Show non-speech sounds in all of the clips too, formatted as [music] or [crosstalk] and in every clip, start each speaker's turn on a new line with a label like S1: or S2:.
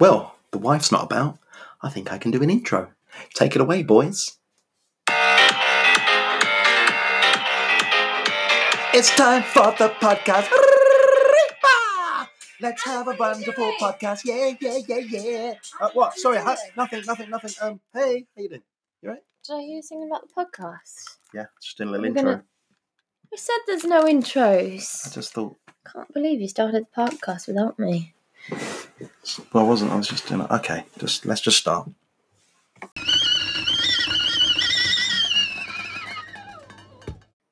S1: Well, the wife's not about. I think I can do an intro. Take it away, boys. It's time for the podcast. Let's have a wonderful podcast. Yeah, yeah, yeah, yeah. Uh, what? Sorry, hi, nothing, nothing, nothing. Um, hey, how you doing?
S2: Did I hear you singing about the podcast?
S1: Yeah, just doing a little
S2: We're
S1: intro.
S2: gonna- You said there's no
S1: I
S2: intros.
S1: just thought,
S2: Can't believe you started the podcast without me.
S1: well, I wasn't. I was just doing. it. Okay, just let's just start.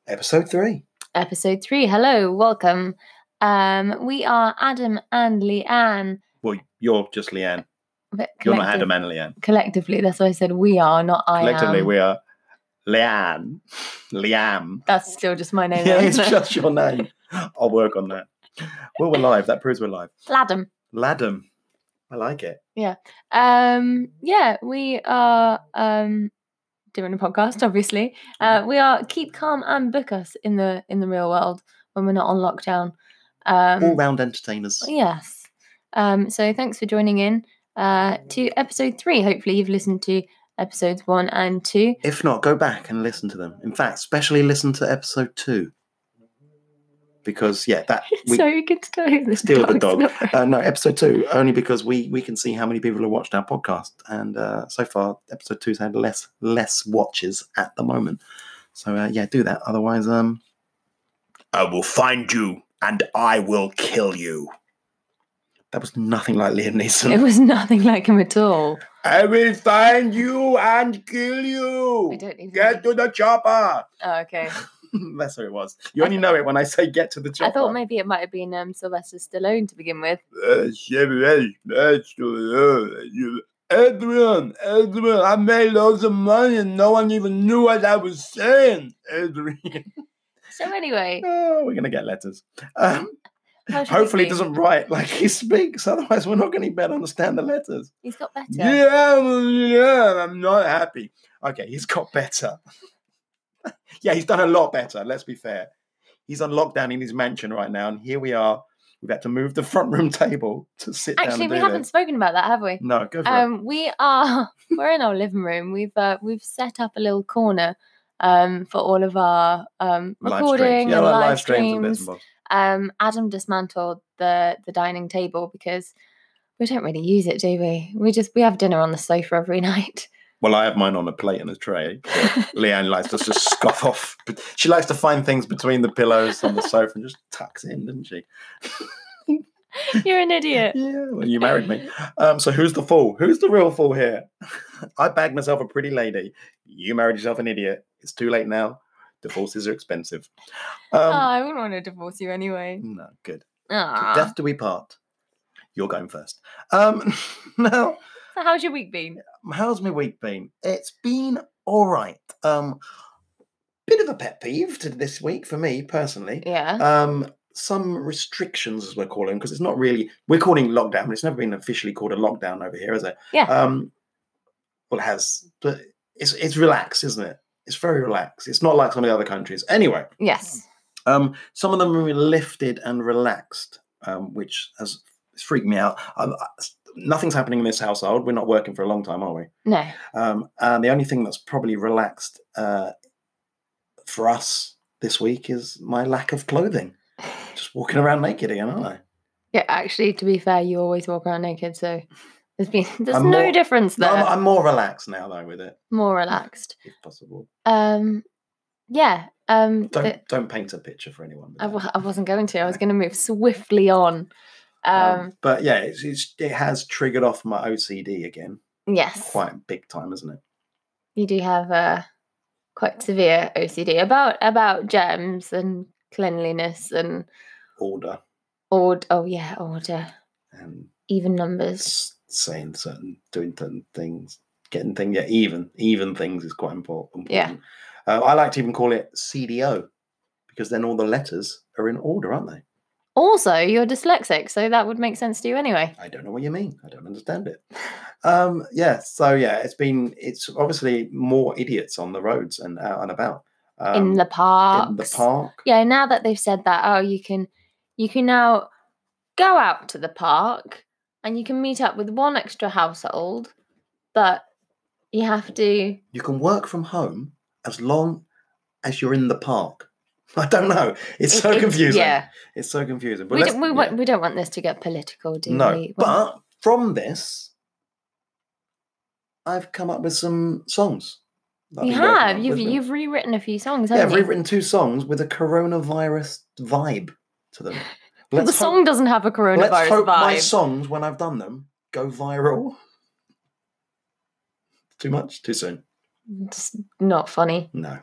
S1: Episode three.
S2: Episode three. Hello, welcome. Um, we are Adam and Leanne.
S1: Well, you're just Leanne.
S2: but
S1: You're not
S2: collective-
S1: Adam and Leanne.
S2: Collectively, that's why I said we are, not I
S1: Collectively,
S2: am.
S1: we are Leanne. Liam.
S2: That's still just my name.
S1: Yeah,
S2: though, [laughs]
S1: it's
S2: isn't it?
S1: just your name. I'll work on that. Well, we're live. That proves we're live.
S2: Ladam.
S1: Ladam. I like it.
S2: Um, yeah, we are um doing a podcast. Obviously, uh, we are keep calm and book us in the in the real world when we're not on lockdown. Um,
S1: All round entertainers.
S2: Yes. Um, so thanks for joining in uh, to episode three. Hopefully, you've listened to episodes one and two.
S1: If not, go back and listen to them. In fact, especially listen to episode two. Because, yeah,
S2: [laughs]
S1: that. We,
S2: so you can still hear the
S1: Still the dog.
S2: dog's not-
S1: uh, no, episode two, only because we, we can see how many people have watched our podcast. And uh, so far, episode two's had less less watches at the moment. So, uh, yeah, do that. Otherwise, um, I will find you and I will kill you. That was nothing like Liam Neeson.
S2: It was nothing like him at all.
S1: I will find you and kill you.
S2: I don't even.
S1: to the chopper.
S2: Oh,
S1: [laughs]
S2: okay.
S1: That's what it was. You only know it when I say get to the chopper.
S2: I thought maybe it might have been um, Sylvester Stallone to begin with.
S1: Uh, Chevrolet, that's the, uh, you- Adrian, Adrian, I made loads of money and no one even knew what I was saying. Adrian.
S2: So anyway,
S1: [laughs] Oh, we're going to get letters. Um,
S2: how should we
S1: hopefully, he
S2: do?
S1: doesn't write like he speaks, otherwise, we're not going to be able to understand the letters.
S2: He's got better.
S1: Yeah, yeah, I'm not happy. Okay, he's got better. [laughs] yeah, he's done a lot better, let's be fair. He's on lockdown in his mansion right now, and here we are. We've had to move the [laughs] front room table to sit down
S2: Actually,
S1: and
S2: we
S1: do
S2: haven't
S1: this.
S2: spoken about that, have we?
S1: No, go for it.
S2: Um, we are [laughs] we're in our living room. We've uh, we've set up a little corner um, for all of our um, recording
S1: well,
S2: and live,
S1: and bits
S2: streams.
S1: and bobs.
S2: Um, Adam dismantled the the dining table because we don't really use it, do we? We just we have dinner on the sofa
S1: [laughs]
S2: every [laughs] night.
S1: Well, I have mine on a plate and a tray.
S2: [laughs]
S1: Leanne likes to just scoff off. But she likes to find things between the pillows on the sofa and just tucks in, doesn't she?
S2: You're an idiot.
S1: Yeah, well, you married
S2: [laughs]
S1: me. Um, so who's the fool? Who's the real fool here? [laughs] I bagged myself a pretty lady. You married yourself an idiot. It's too late now. Divorces are expensive.
S2: oh,
S1: Um,
S2: I wouldn't want to divorce you anyway.
S1: no, good. To
S2: Aw.
S1: death do we part. You're going first. Um, [laughs] now,
S2: So how's your week been?
S1: how's my week been? It's been all right. Um, bit of a pet peeve to this week for me personally.
S2: Yeah.
S1: Um, some restrictions, as we're calling, because it's not really we're calling lockdown, but it's never been officially called a lockdown over here, is it?
S2: Yeah.
S1: Um, well, it has, but it's it's relaxed, isn't it? It's very relaxed. It's not like some of the other countries. Anyway,
S2: yes.
S1: um, some of them were lifted and relaxed, um, which has it's freaked me out. Um, I- s- nothing's happening in this household. We're not working for a long time, are we?
S2: No.
S1: Um, and the only thing that's probably relaxed uh, for us this week is my lack of clothing. Just
S2: [laughs]
S1: walking around naked again, aren't I?
S2: Yeah. Actually, to be fair, you always walk around naked, so there's been there's
S1: I'm
S2: no
S1: more-
S2: difference
S1: No,
S2: there.
S1: I'm, I'm more relaxed now, though, with it,
S2: More relaxed.
S1: if possible.
S2: Um, yeah. Um,
S1: Don't
S2: the-
S1: don't paint a picture for anyone. with
S2: I,
S1: that.
S2: w- I wasn't going to. I was going to move swiftly on. Um,
S1: Um, but yeah, it's, it's, it has triggered off my OCD again,
S2: yes,
S1: quite big time, isn't it?
S2: you do have uh, quite severe OCD about about gems and cleanliness and
S1: Order
S2: order. Oh yeah, order,
S1: and
S2: even numbers.
S1: s- saying certain, doing certain things, getting things, yeah, even, even things is quite important.
S2: Yeah.
S1: Uh, I like to even call it CDO because then all the letters are in order, aren't they?
S2: Also, you're dyslexic, so that would make sense to you anyway.
S1: I don't know what you mean. I don't understand
S2: [laughs]
S1: it. Um, yeah. So yeah, it's been, it's obviously more idiots on the roads and out and about. Um,
S2: in the park.
S1: in the park.
S2: Yeah. Now that they've said that, oh, you can, you can now go out to the park and you can meet up with one extra household, but you have to.
S1: You can work from home as long as you're in the park. [laughs] I don't know. It's so
S2: it- it's-
S1: confusing.
S2: Yeah,
S1: It's so confusing. But
S2: we
S1: let's-
S2: don't, we,
S1: yeah.
S2: want, we don't want this to get political, do
S1: no.
S2: we? Well,
S1: But from this, I've come up with some songs. that I've
S2: you
S1: been working
S2: have
S1: on.
S2: you've
S1: There's been-
S2: you've rewritten a few songs,
S1: yeah,
S2: haven't
S1: I've
S2: you?
S1: rewritten two songs with a coronavirus vibe to
S2: [laughs]
S1: them.
S2: But the
S1: Let's hope-
S2: song doesn't have a coronavirus
S1: Let's hope my
S2: vibe.
S1: songs, when I've done them, go viral. Too much? Too soon?
S2: It's
S1: [laughs]
S2: not funny.
S1: No.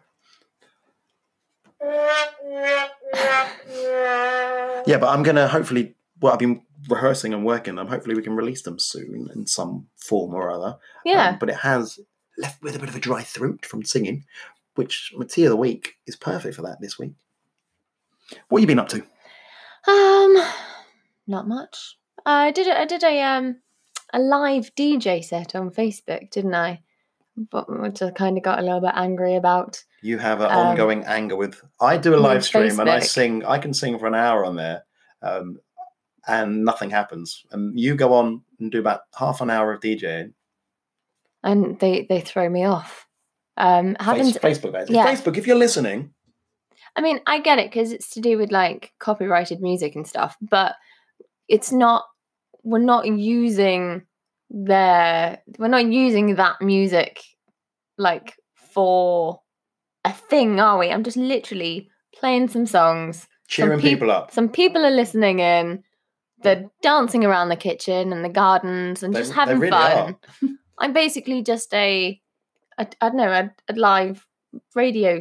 S3: Yeah.
S1: Yeah, but I'm gonna hopefully. Well, I've been rehearsing and working them. Hopefully, we can release them soon in some form or other. Um,
S2: Yeah.
S1: but it has left with a bit of a dry throat from singing, which Mattia of the Week is perfect for that this week. What you been up to?
S2: Um, not much. I did. a- I did a um a live DJ set on Facebook, didn't I? But which I kind of got a little bit angry about.
S1: You have an
S2: Um,
S1: ongoing anger with. I do a
S2: on
S1: live stream and I
S2: Facebook.
S1: sing. I can sing for an hour on there, um, and nothing happens. And you go on and do about half an hour of DJing.
S2: and they they throw me off. Um,
S1: Face,
S2: happens.
S1: Facebook, guys.
S2: yeah.
S1: Facebook. If you're listening,
S2: I mean, I get it because it's to do with like copyrighted music and stuff, but it's not. We're not using their. We're not using that music like for a thing, are we? I'm just literally playing some songs.
S1: cheering
S2: peop-
S1: people up.
S2: Some people are listening in. They're dancing around the kitchen and the gardens and
S1: They-
S2: just
S1: they
S2: having
S1: really
S2: fun.
S1: are.
S2: [laughs] I'm basically just a, a I don't know, a, a live radio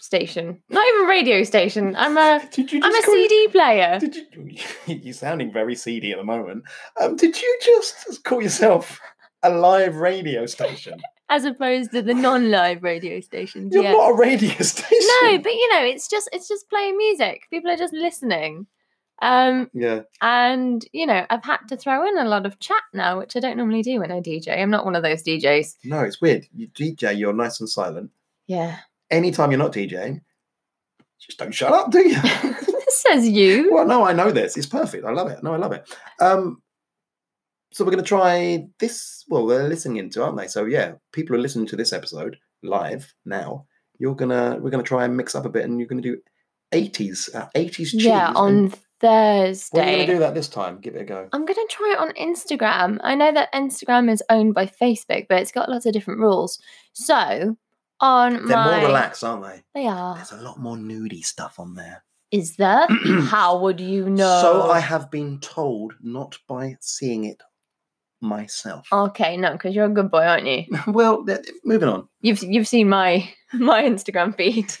S2: station. Not even radio station.
S1: [laughs]
S2: I'm a,
S1: Did you
S2: I'm a
S1: just call-
S2: CD
S1: [laughs]
S2: player.
S1: Did you? You're sounding very seedy at the moment. Um, did you just call yourself a live radio station?
S2: As opposed to the non-live radio stations.
S1: You're
S2: [laughs] yeah.
S1: not a radio [laughs] station.
S2: No, but you know, it's just it's just playing music. People are just listening. Um,
S1: yeah,
S2: and you know, I've had to throw in a lot of chat now, which I don't normally do when I DJ. I'm not one of those DJs.
S1: no, it's weird. You DJ, you're nice and silent.
S2: Yeah.
S1: Anytime you're not DJing, just don't shut up, do you? [laughs]
S2: [laughs] this says you.
S1: well, no, I know this. It's perfect. I love it. No, I love it. Um, so we're going to try this. Well, they're listening into, aren't they? So yeah, people are listening to this episode live now. You're gonna we're gonna try and mix up a bit, and you're gonna do 80s uh, 80s tunes.
S2: Yeah,
S1: and
S2: on
S1: We're gonna
S2: Thursday.
S1: do that this time. Give it a go.
S2: I'm going to try it on Instagram. I know that Instagram is owned by Facebook, but it's got lots of different rules. So on
S1: They're
S2: my Ah.
S1: more relaxed, aren't they?
S2: they are.
S1: There's a lot more nudie stuff on there. [clears throat]
S2: Is there? How would you know?
S1: So I have been told, not by seeing it myself.
S2: Okay, no, because you're a good boy, aren't you?
S1: [laughs] well, th- moving on.
S2: You've you've seen my [laughs] my Instagram
S1: [laughs]
S2: feed.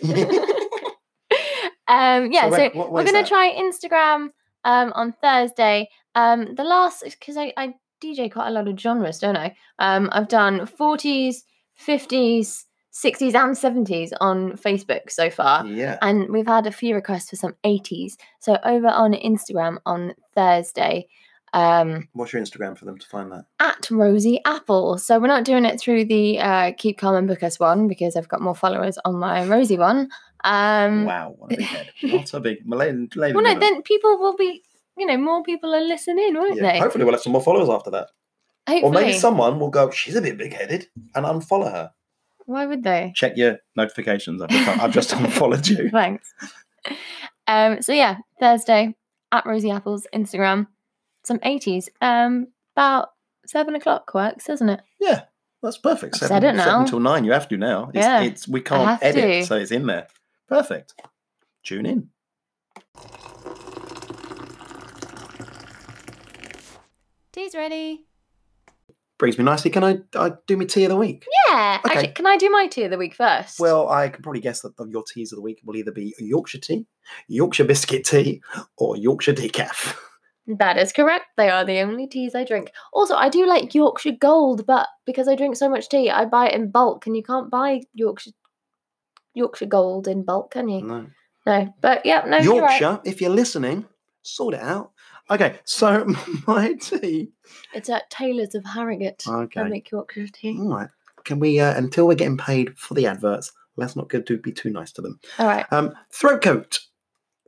S2: um, yeah, so,
S1: wait, what
S2: we're
S1: was
S2: gonna
S1: that?
S2: try Instagram um, on Thursday. Um, the last because I, I DJ quite a lot of genres, don't I? Um, I've done forties, fifties, sixties, and seventies on Facebook so far,
S1: Yeah.
S2: and we've had a few requests for some eighties. So over on Instagram on Thursday. Um,
S1: What's your Instagram for them to find that?
S2: at Rosie Apple. So we're not doing it through the uh, Keep Calm and Book Us one because I've got more followers on my Rosie one. Um,
S1: Wow, what a big
S2: [laughs]
S1: head. What a big Malay- lady.
S2: Well, no,
S1: woman.
S2: then people will be, you know, more people are listening, won't
S1: Yeah,
S2: they?
S1: Hopefully, we'll have some more followers after that.
S2: Hopefully.
S1: Or maybe someone will go, she's a bit big headed, and unfollow her.
S2: Why would they? [laughs]
S1: Check your notifications. I've just, I've just [laughs] unfollowed you.
S2: Thanks. Um, so yeah, Thursday at Rosie Apple's Instagram, some 80s, um, about seven o'clock works, doesn't it?
S1: That's perfect.
S2: I've said it now.
S1: Seven till nine. You have to now. It's,
S2: Yeah,
S1: it's we can't
S2: have
S1: edit,
S2: to.
S1: so it's in there. Perfect. Tune in.
S2: Tea's ready.
S1: Brings me nicely. Can I, I do my tea of the week?
S2: Yeah.
S1: Okay.
S2: Actually, can I do my tea of the week first?
S1: Well, I can probably guess that the- your teas of the week will either be Yorkshire tea, Yorkshire biscuit tea, or Yorkshire decaf.
S2: That is correct. They are the only teas I drink. Also, I do like Yorkshire Gold, but because I drink so much tea, I buy it in bulk, and you can't buy Yorkshire Yorkshire Gold in bulk, can you?
S1: No.
S2: No. But yeah, no. Oh, you're right.
S1: Mm. Yorkshire, if you're listening, sort it out. Okay, so [laughs] my tea.
S2: It's at Taylor's of Harrogate. They
S1: Oh, Okay. Mm.
S2: make Yorkshire tea.
S1: All right. Can we, uh, until we're getting paid for the adverts, let's not go to be too nice to them.
S2: All right.
S1: Um, throat coat.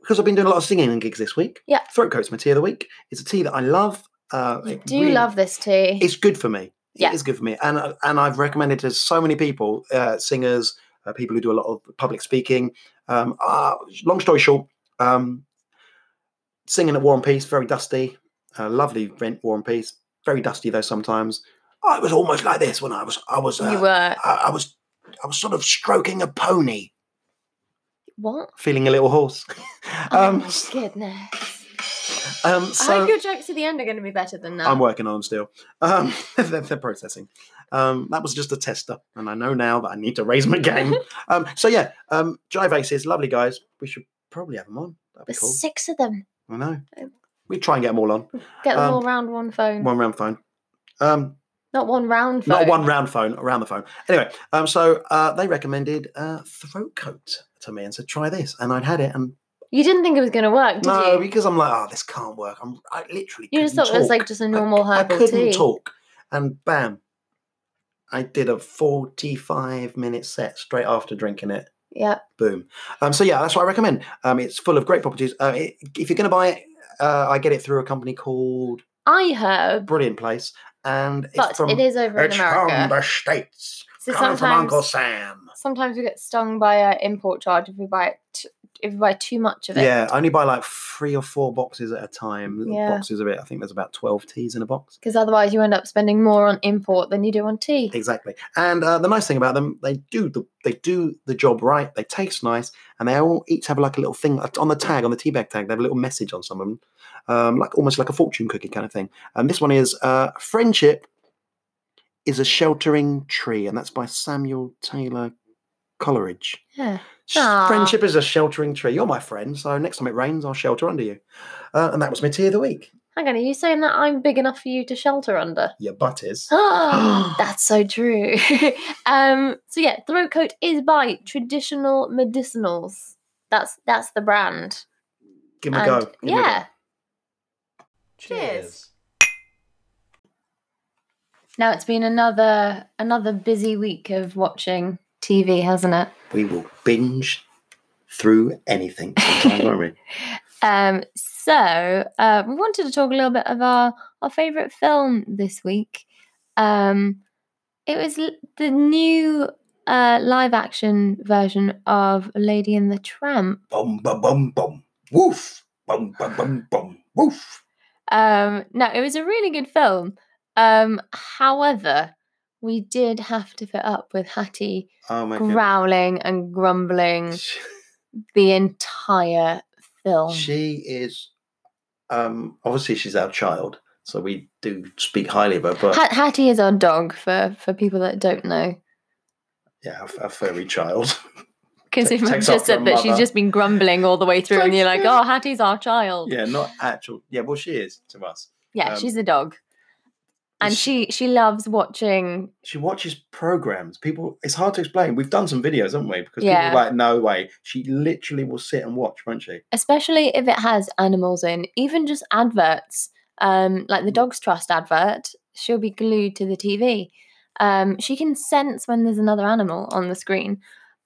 S1: Because I've been doing a lot of singing and gigs this week.
S2: Yeah.
S1: Throat coat's my tea of the week. It's a tea that I love Uh,
S2: I
S1: it
S2: do
S1: really-
S2: love this tea.
S1: It's good for me.
S2: Yeah.
S1: It is good for me, and uh, and I've recommended to so many people, uh, singers, uh, people who do a lot of public speaking. Um, uh, long story short, um, singing at War and Peace, very dusty, uh, lovely event, War and Peace, very dusty though sometimes. I was almost like this when I was I was uh,
S2: you were
S1: I, I was I was sort of stroking a pony,
S2: what?
S1: feeling a little [laughs] horse.
S2: oh
S1: um,
S2: my goodness!
S1: um,
S2: I
S1: so
S2: hope your jokes at the end are going to be better than that.
S1: I'm working on them still. Um, [laughs] they're, they're processing. Um, that was just a tester, and I know now that I need to raise my game.
S2: [laughs]
S1: um, so yeah, um, Jive Aces, lovely guys. We should probably have them on. That'd be
S2: There's
S1: cool.
S2: six of them.
S1: I know.
S2: Um,
S1: We try and get them all on
S2: Get them
S1: Um,
S2: all round one phone.
S1: one round phone. Um,
S2: Not one round Mm. phone.
S1: not one round phone, around the phone. Anyway, um, so uh, they recommended uh, throat coat to me and said try this, and I'd had it, and
S2: You didn't think it was going to work, did
S1: no,
S2: you?
S1: because I'm like, oh, this can't work. I'm, I literally
S2: You just
S1: couldn't
S2: thought it was
S1: talk.
S2: like just a
S1: I-
S2: normal
S1: I,
S2: herbal
S1: couldn't
S2: tea.
S1: talk, and bam, I did a forty-five minute set straight after drinking it.
S2: Yeah.
S1: Boom. Um, so yeah, that's what I recommend. Um, it's full of great properties. Uh, it, if you're going to buy it, uh, I get it through a company called
S2: iHerb,
S1: Brilliant Place, and it's
S2: but
S1: from
S2: it is over in
S1: it's from
S2: America.
S1: the states.
S2: So
S1: coming from Uncle
S2: sometimes,
S1: Sam.
S2: sometimes we get stung by a import charge if we buy it, t- if we buy too much of it.
S1: Yeah, I only buy like three or four boxes at a time. Little
S2: Yeah.
S1: boxes of it. I think there's about twelve teas in a box.
S2: Because otherwise, you end up spending more on import than you do on tea.
S1: Exactly. And uh, the nice thing about them, they do the they do the job right. They taste nice, and they all each have like a little thing uh, on the tag on the tea bag tag. They have a little message on some of them, um, like almost like a fortune cookie kind of thing. And this one is uh, friendship is a sheltering tree, and that's by Samuel Taylor Coleridge.
S2: Yeah.
S1: Sh-
S2: Aw.
S1: Friendship is a sheltering tree. You're my friend, so next time it rains, I'll shelter under you. Uh, and that was my tea of the week.
S2: Hang on, are you saying that I'm big enough for you to shelter under? [gasps]
S1: [gasps] Your butt is.
S2: Oh, That's so true. [laughs] um, so yeah, throat coat is by Traditional Medicinals. That's that's the brand.
S1: Give me a
S2: And
S1: go. Give me a go.
S2: yeah. Cheers. Now it's been another another busy week of watching TV, hasn't it?
S1: we will binge through [laughs] anything sometimes, won't we?
S2: Um, so uh, we wanted to talk a little bit of our our favorite film this week. Um, it was l- the new uh, live action version of Lady and the Tramp.
S1: Bum bum bum bum. Woof. Bum bum bum bum. Woof.
S2: Um, no, it was a really good film. Um, however, we did have to fit up with Hattie
S1: Oh my
S2: growling and grumbling
S1: goodness.
S2: the entire film.
S1: She is um obviously she's our child, so we do speak highly of her, but
S2: Ha- Hattie is our dog for for people that don't know.
S1: yeah, our, our furry child. [laughs]
S2: Because
S1: Ta-
S2: if I
S1: takes
S2: just
S1: after a
S2: said that she's
S1: mother.
S2: just been grumbling all the way through, and
S1: Takes-
S2: you're like, "Oh, Hattie's our child."
S1: yeah, not actual yeah, well she is to us.
S2: Yeah,
S1: Um,
S2: she's a dog, and
S1: Is
S2: she she loves watching.
S1: She watches programs. People it's hard to explain. We've done some videos, haven't we? Because
S2: Yeah.
S1: people are like, no way. She literally will sit and watch, won't she?
S2: especially if it has animals in, even just adverts, um, like
S1: Mm.
S2: the Dogs Trust advert, she'll be glued to the TV. Um, she can sense when there's another animal on the screen.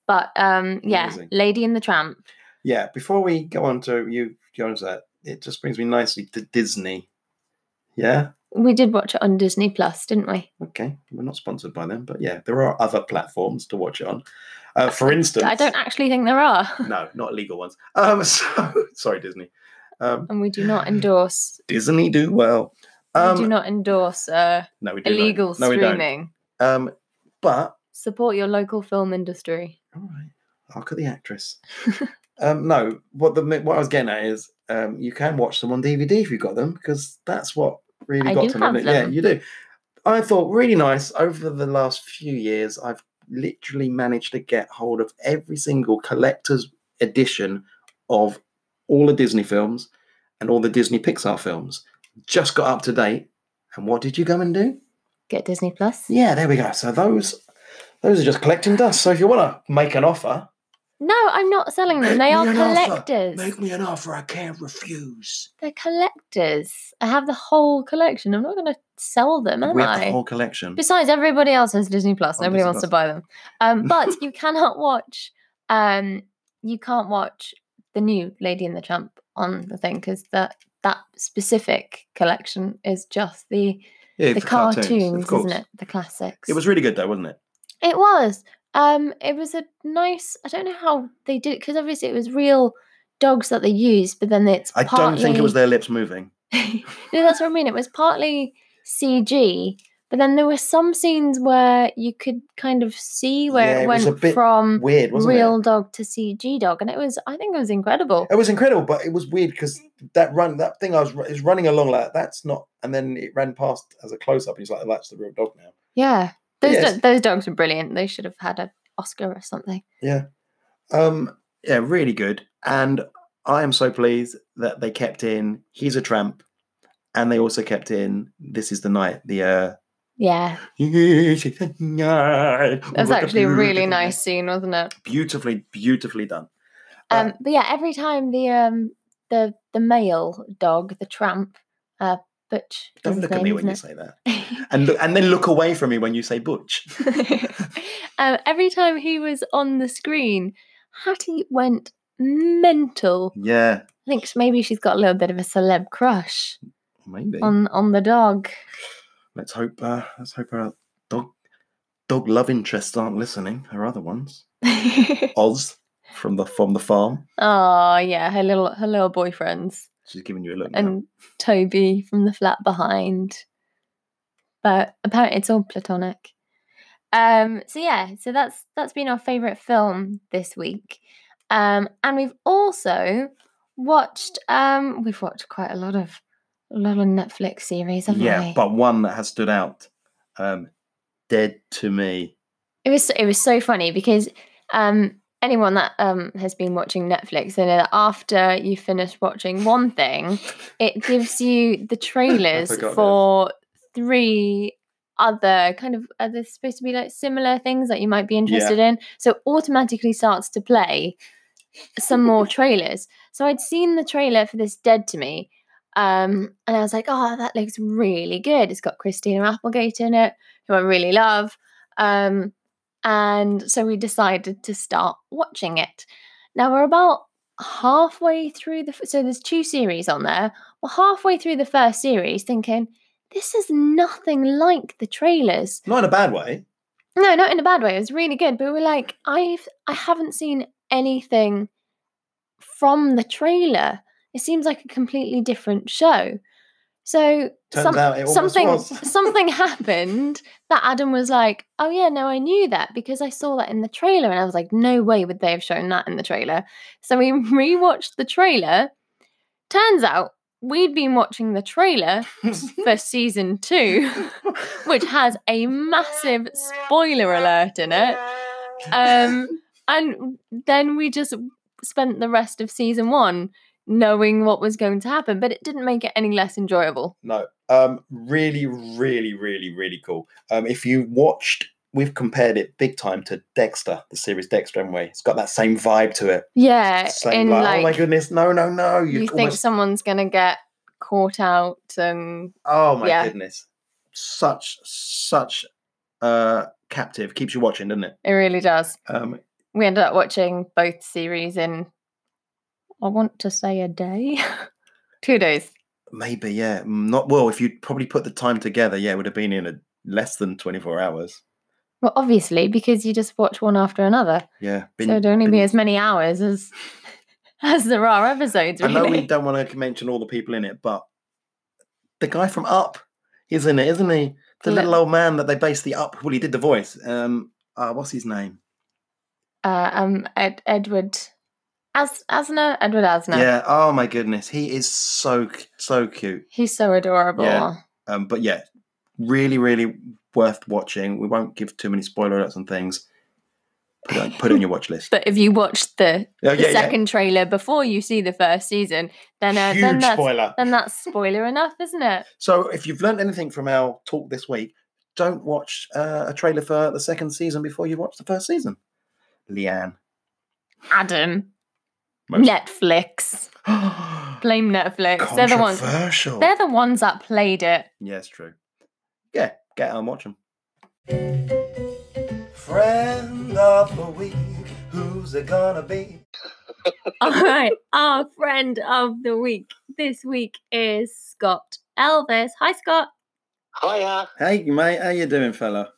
S2: But um, yeah,
S1: Amazing.
S2: Lady and the Tramp.
S1: Yeah, before we go on to you, go on to that, it just brings me nicely to Disney. Yeah,
S2: We did watch it on Disney Plus, didn't we?
S1: okay, we're not sponsored by them, but yeah, there are other platforms to watch it on. Uh, for instance,
S2: I don't actually think there are.
S1: [laughs]
S2: [laughs]
S1: No, not legal ones. Um, [laughs] so sorry, Disney. Um,
S2: And we do
S1: [gasps]
S2: not endorse.
S1: Disney do well. Um,
S2: we do not endorse uh,
S1: no, we do not.
S2: illegal
S1: No, we
S2: streaming.
S1: don't. Um, but
S2: Support your local film industry.
S1: All right. Look at the
S2: [laughs]
S1: actress. um, no, what the what I was getting at is um, you can watch them on DVD if you've got them because that's what really
S2: I
S1: got
S2: do
S1: to me.
S2: have
S1: didn't it? Yeah,
S2: them.
S1: you do. I thought really nice over the last few years. I've literally managed to get hold of every single collector's edition of all the Disney films and all the Disney Pixar films. Just got up to date. And what did you go and do?
S2: Get Disney Plus.
S1: Yeah, there we go. So those those are just collecting dust. So if you want to make an offer,
S2: No, I'm not selling
S1: Make [laughs]
S2: them. They
S1: me
S2: are
S1: an offer.
S2: collectors.
S1: Make me an offer I can't refuse.
S2: They're collectors. I have the whole collection. I'm not going to sell them, am
S1: we have
S2: I?
S1: the whole collection.
S2: Besides, everybody else has Disney Plus.
S1: On
S2: Nobody
S1: Disney
S2: wants to
S1: Plus.
S2: buy them.
S1: [laughs]
S2: Um, but you cannot watch. Um, you can't watch the new Lady and the Tramp on the thing because that that specific collection is just the
S1: Yeah,
S2: the
S1: for
S2: cartoons,
S1: of course.
S2: isn't it? The classics.
S1: It was really good though, wasn't it?
S2: It was. Um, it was a nice. I don't know how they did because obviously it was real dogs that they used, but then it's.
S1: I don't
S2: partly...
S1: think it was their lips moving.
S2: [laughs] no, that's what I mean. It was partly CG, but then there were some scenes where you could kind of see where
S1: Yeah,
S2: it
S1: it was
S2: went
S1: a bit
S2: from
S1: Weird, wasn't
S2: Mm. real
S1: it?
S2: dog to CG dog, and it was. I think it was incredible.
S1: It was incredible, but it was weird because that run, that thing I was, ru- it was running along like that's not, and then it ran past as a close up. and He's like, that's the real dog now.
S2: Yeah, those
S1: Yes.
S2: do- those dogs were brilliant. They should have had an Oscar or something.
S1: Yeah, um, yeah, really good. And I am so pleased that they kept in he's a tramp, and they also kept in this is the night. The uh,
S2: Yeah,
S1: Yes, it's a night.
S2: that was
S1: What
S2: actually a really
S1: beautiful night.
S2: nice scene, wasn't it?
S1: beautifully, beautifully done. Uh,
S2: Um, but yeah, every time the um the the male dog, the tramp, uh, Butch. is
S1: Don't
S2: his
S1: look at
S2: name,
S1: me when you
S2: isn't
S1: say that,
S2: it?
S1: and look, and then look away from me when you say butch.
S2: [laughs] um, every time he was on the screen, Hattie went mental.
S1: Yeah,
S2: I think sh- maybe she's got a little bit of a celeb crush
S1: maybe.
S2: on on the dog. [laughs]
S1: Let's hope. Uh, let's hope our dog dog love interests aren't listening. Her other ones,
S2: oh
S1: Oz from the from the farm.
S2: yeah, her little her little boyfriends
S1: She's giving you a look. now.
S2: and Toby from the flat behind. But apparently it's all platonic. Um so yeah, so that's that's been our favourite film this week. Um and we've also watched um we've watched quite a lot of a lot of Netflix series, haven't
S1: yeah,
S2: we?
S1: but one that has stood out. Um, Dead to me.
S2: it was it was so funny because um anyone that um has been watching Netflix they know that after you finish watching one thing it gives you
S1: [laughs]
S2: the trailers
S1: forgot this.
S2: for three other kind of are they supposed to be like similar things that you might be interested in so it automatically starts to play some more trailers so i'd seen the trailer for this dead to me um and i was like oh that looks really good it's got christina applegate in it who i really love um and so we decided to start watching it now we're about halfway through the f- so there's two series on there well, halfway through the first series thinking, this is nothing like the trailers.
S1: Not in a bad way.
S2: No, not in a bad way. It was really good, but we were like, I've I haven't seen anything from the trailer. It seems like a completely different show. So
S1: Turns
S2: some-
S1: out it almost
S2: something
S1: was.
S2: [laughs] something happened that Adam was like, "Oh yeah, no, I knew that because I saw that in the trailer," and I was like, "No way would they have shown that in the trailer." So we [laughs] rewatched the trailer. Turns out we'd been watching
S1: [laughs]
S2: the trailer for season two, [laughs] which has a [laughs] massive spoiler alert
S1: [laughs]
S2: in it. Um, and then we just spent the rest of season one knowing what was going to happen, but it didn't make it any less enjoyable.
S1: No. Um, really, really, really, really cool. Um, if you watched, we've compared it big time to Dexter, the series Dexter, haven't we? It's got that same vibe to it.
S2: Yeah,
S1: Same
S2: Uh, in
S1: like,
S2: like,
S1: oh my goodness, no, no, no.
S2: you
S1: You'd
S2: think
S1: almost-
S2: someone's gonna get caught out and
S1: Oh my
S2: Yeah.
S1: goodness. Such such uh captive. Keeps you watching, doesn't it?
S2: it really does.
S1: Um
S2: We ended up watching both series in I want to say a day. [laughs] Two days.
S1: maybe, yeah. mm, Not well, if you'd probably put the time together, yeah, it would have been in a less than twenty four hours.
S2: Well, obviously, because you just watch one after another.
S1: Yeah.
S2: so it'd only be
S1: been-
S2: as many hours as [laughs] as there are episodes,
S1: I
S2: really.
S1: know we don't want to mention all the people in it, but the guy from Up is in it, isn't he? The
S2: Le-
S1: little old man that they based the Up. Well, he did the voice. Um, uh, what's his name?
S2: uh, um, Ed- Edward As Asner, Edward Asner.
S1: Yeah. Oh my goodness, he is so c- so cute.
S2: He's so adorable.
S1: Yeah. Um, but yeah, really, really worth watching. We won't give too many spoiler alerts on things. Put it on, put it on your watch
S2: [laughs]
S1: list.
S2: But if you watched the,
S1: Oh,
S2: the second trailer before you see the first season, then uh, then
S1: Huge
S2: that's
S1: spoiler.
S2: then that's spoiler enough, isn't it?
S1: So if you've learned anything from our talk this week, don't watch uh, a trailer for the second season before you watch the first season.
S2: [gasps]
S1: Leanne.
S2: Adam,
S1: Most-
S2: Netflix, blame Netflix. They're the ones.
S1: Controversial.
S2: They're the ones that
S1: [laughs]
S2: played it.
S1: Yeah, it's true. Yeah, get out and watch them. Friend of the week, who's it gonna be?
S2: All right. Our friend of the week this week is Scott Elvis. Hi, Scott.
S3: Hiya.
S1: Hey, mate, how you doing, fella?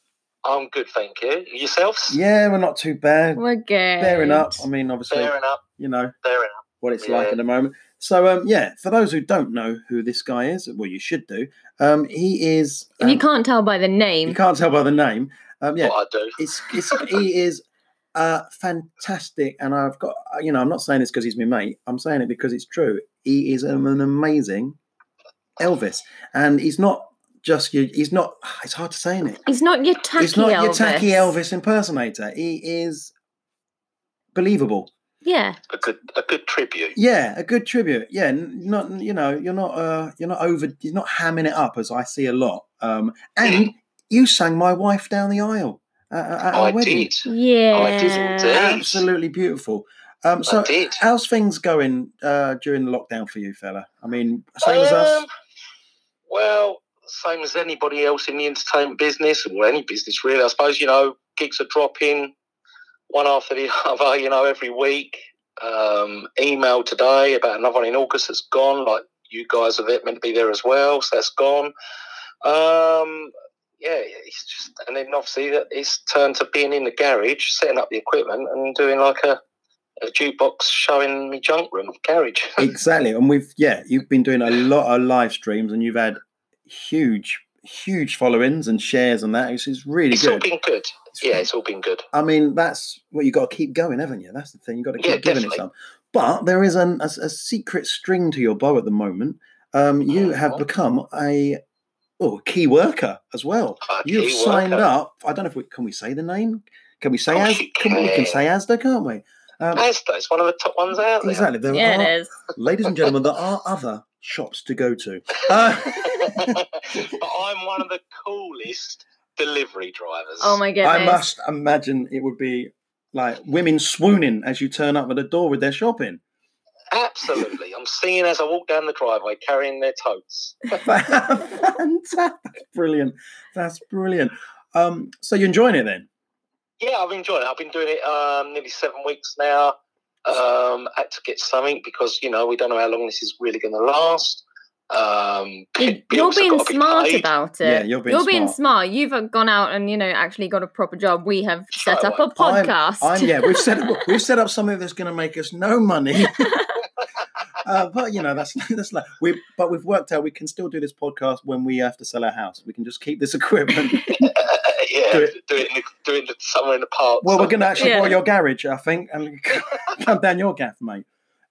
S3: I'm good, thank you. Yourselves?
S1: Yeah, we're not too bad.
S2: We're good.
S1: Bearing up. I mean, obviously,
S3: Bearing up,
S1: you know
S3: bearing up.
S1: what it's
S3: Yeah.
S1: like at the moment. So, um, yeah, for those who don't know who this guy is, well, you should do. Um, he is.
S2: If you
S1: um,
S2: can't tell by the
S1: you
S2: name,
S1: can't tell by the name. Um, yeah,
S3: What I do.
S1: it's, it's he is uh fantastic and i've got you know i'm not saying this because he's my mate i'm saying it because it's true he is an, an amazing elvis and he's not just you he's not [sighs] it's hard to say in it
S2: he's not your tacky
S1: he's not
S2: Elvis.
S1: your tacky elvis impersonator he is believable
S2: Yeah.
S3: A good, a good tribute.
S1: yeah a good tribute yeah n- not you know you're not uh you're not over you're not hamming it up as i see a lot um and you sang my wife down the aisle at, at our
S3: Oh, I
S1: wedding
S3: did. Oh,
S2: Yeah.
S3: I did indeed.
S1: absolutely beautiful. Um,
S3: I
S1: so,
S3: did.
S1: how's things going uh, during the lockdown for you, fella? I mean, same as us.
S3: Um, Well, same as anybody else in the entertainment business or any business really. I suppose you know gigs are dropping one after the [laughs] other. You know every week. Um, email today about another one in August that's gone. Like you guys are there, meant to be there as well, so that's gone. Um, yeah, it's just and then obviously that it's turned to being in the garage, setting up the equipment, and doing like a, a jukebox show in my junk room garage.
S1: Exactly, and we've yeah, you've been doing a lot of live streams, and you've had huge, huge followings and shares and that. It's, it's really
S3: it's all
S1: good.
S3: been good. Yeah, it's all been good.
S1: I mean, that's what you got to keep going, haven't you? That's the thing. You've got to keep
S3: Yeah,
S1: giving it
S3: definitely.
S1: some. But there is an, a, a secret string to your bow at the moment. Um, you have
S3: Mhm.
S1: become a oh, key worker as well.
S3: A
S1: You've
S3: key
S1: signed
S3: worker.
S1: up. I don't know if we can we say the name. Can we say
S3: Of
S1: as
S3: course you
S1: can, we can
S3: can.
S1: say Asda, can't we? Um,
S3: Asda is one of the top ones out there.
S1: exactly. There
S2: Yeah,
S1: are,
S2: it is.
S1: ladies and gentlemen, there are other shops to go to. Uh,
S3: [laughs] but I'm one of the coolest delivery drivers.
S2: Oh my [laughs] goodness.
S1: I must imagine it would be like women swooning as you turn up at the door with their shopping.
S3: Absolutely. I'm singing as I walk down the driveway carrying their totes.
S1: [laughs] Fantastic. Brilliant. That's brilliant. Um, so you're enjoying it then?
S3: Yeah, I've enjoyed it. I've been doing it um, nearly seven weeks now. Um, had to get something because, you know, we don't know how long this is really going to last. Um,
S2: You-
S3: we
S2: You're
S3: also
S2: being
S3: gotta be
S2: smart
S3: paid.
S2: about it.
S1: Yeah, you're being smart.
S2: You've uh, gone out and you know actually got a proper job. We have
S3: Straight
S2: set up a
S1: away. I'm-
S2: podcast.
S1: I'm, yeah, we've set up, we've set up something that's going to make us no
S2: [laughs]
S1: money. uh, but you know that's that's like we but we've worked out we can still do this podcast when we have to sell our house. We can just keep this
S2: [laughs]
S1: equipment.
S3: [laughs] yeah,
S1: Do
S3: do
S1: it.
S3: it, do it, in the, do it in the- somewhere in the park.
S1: well, we're going to actually
S2: Yeah.
S1: borrow your garage, I think, and [laughs] come down your gaff, mate.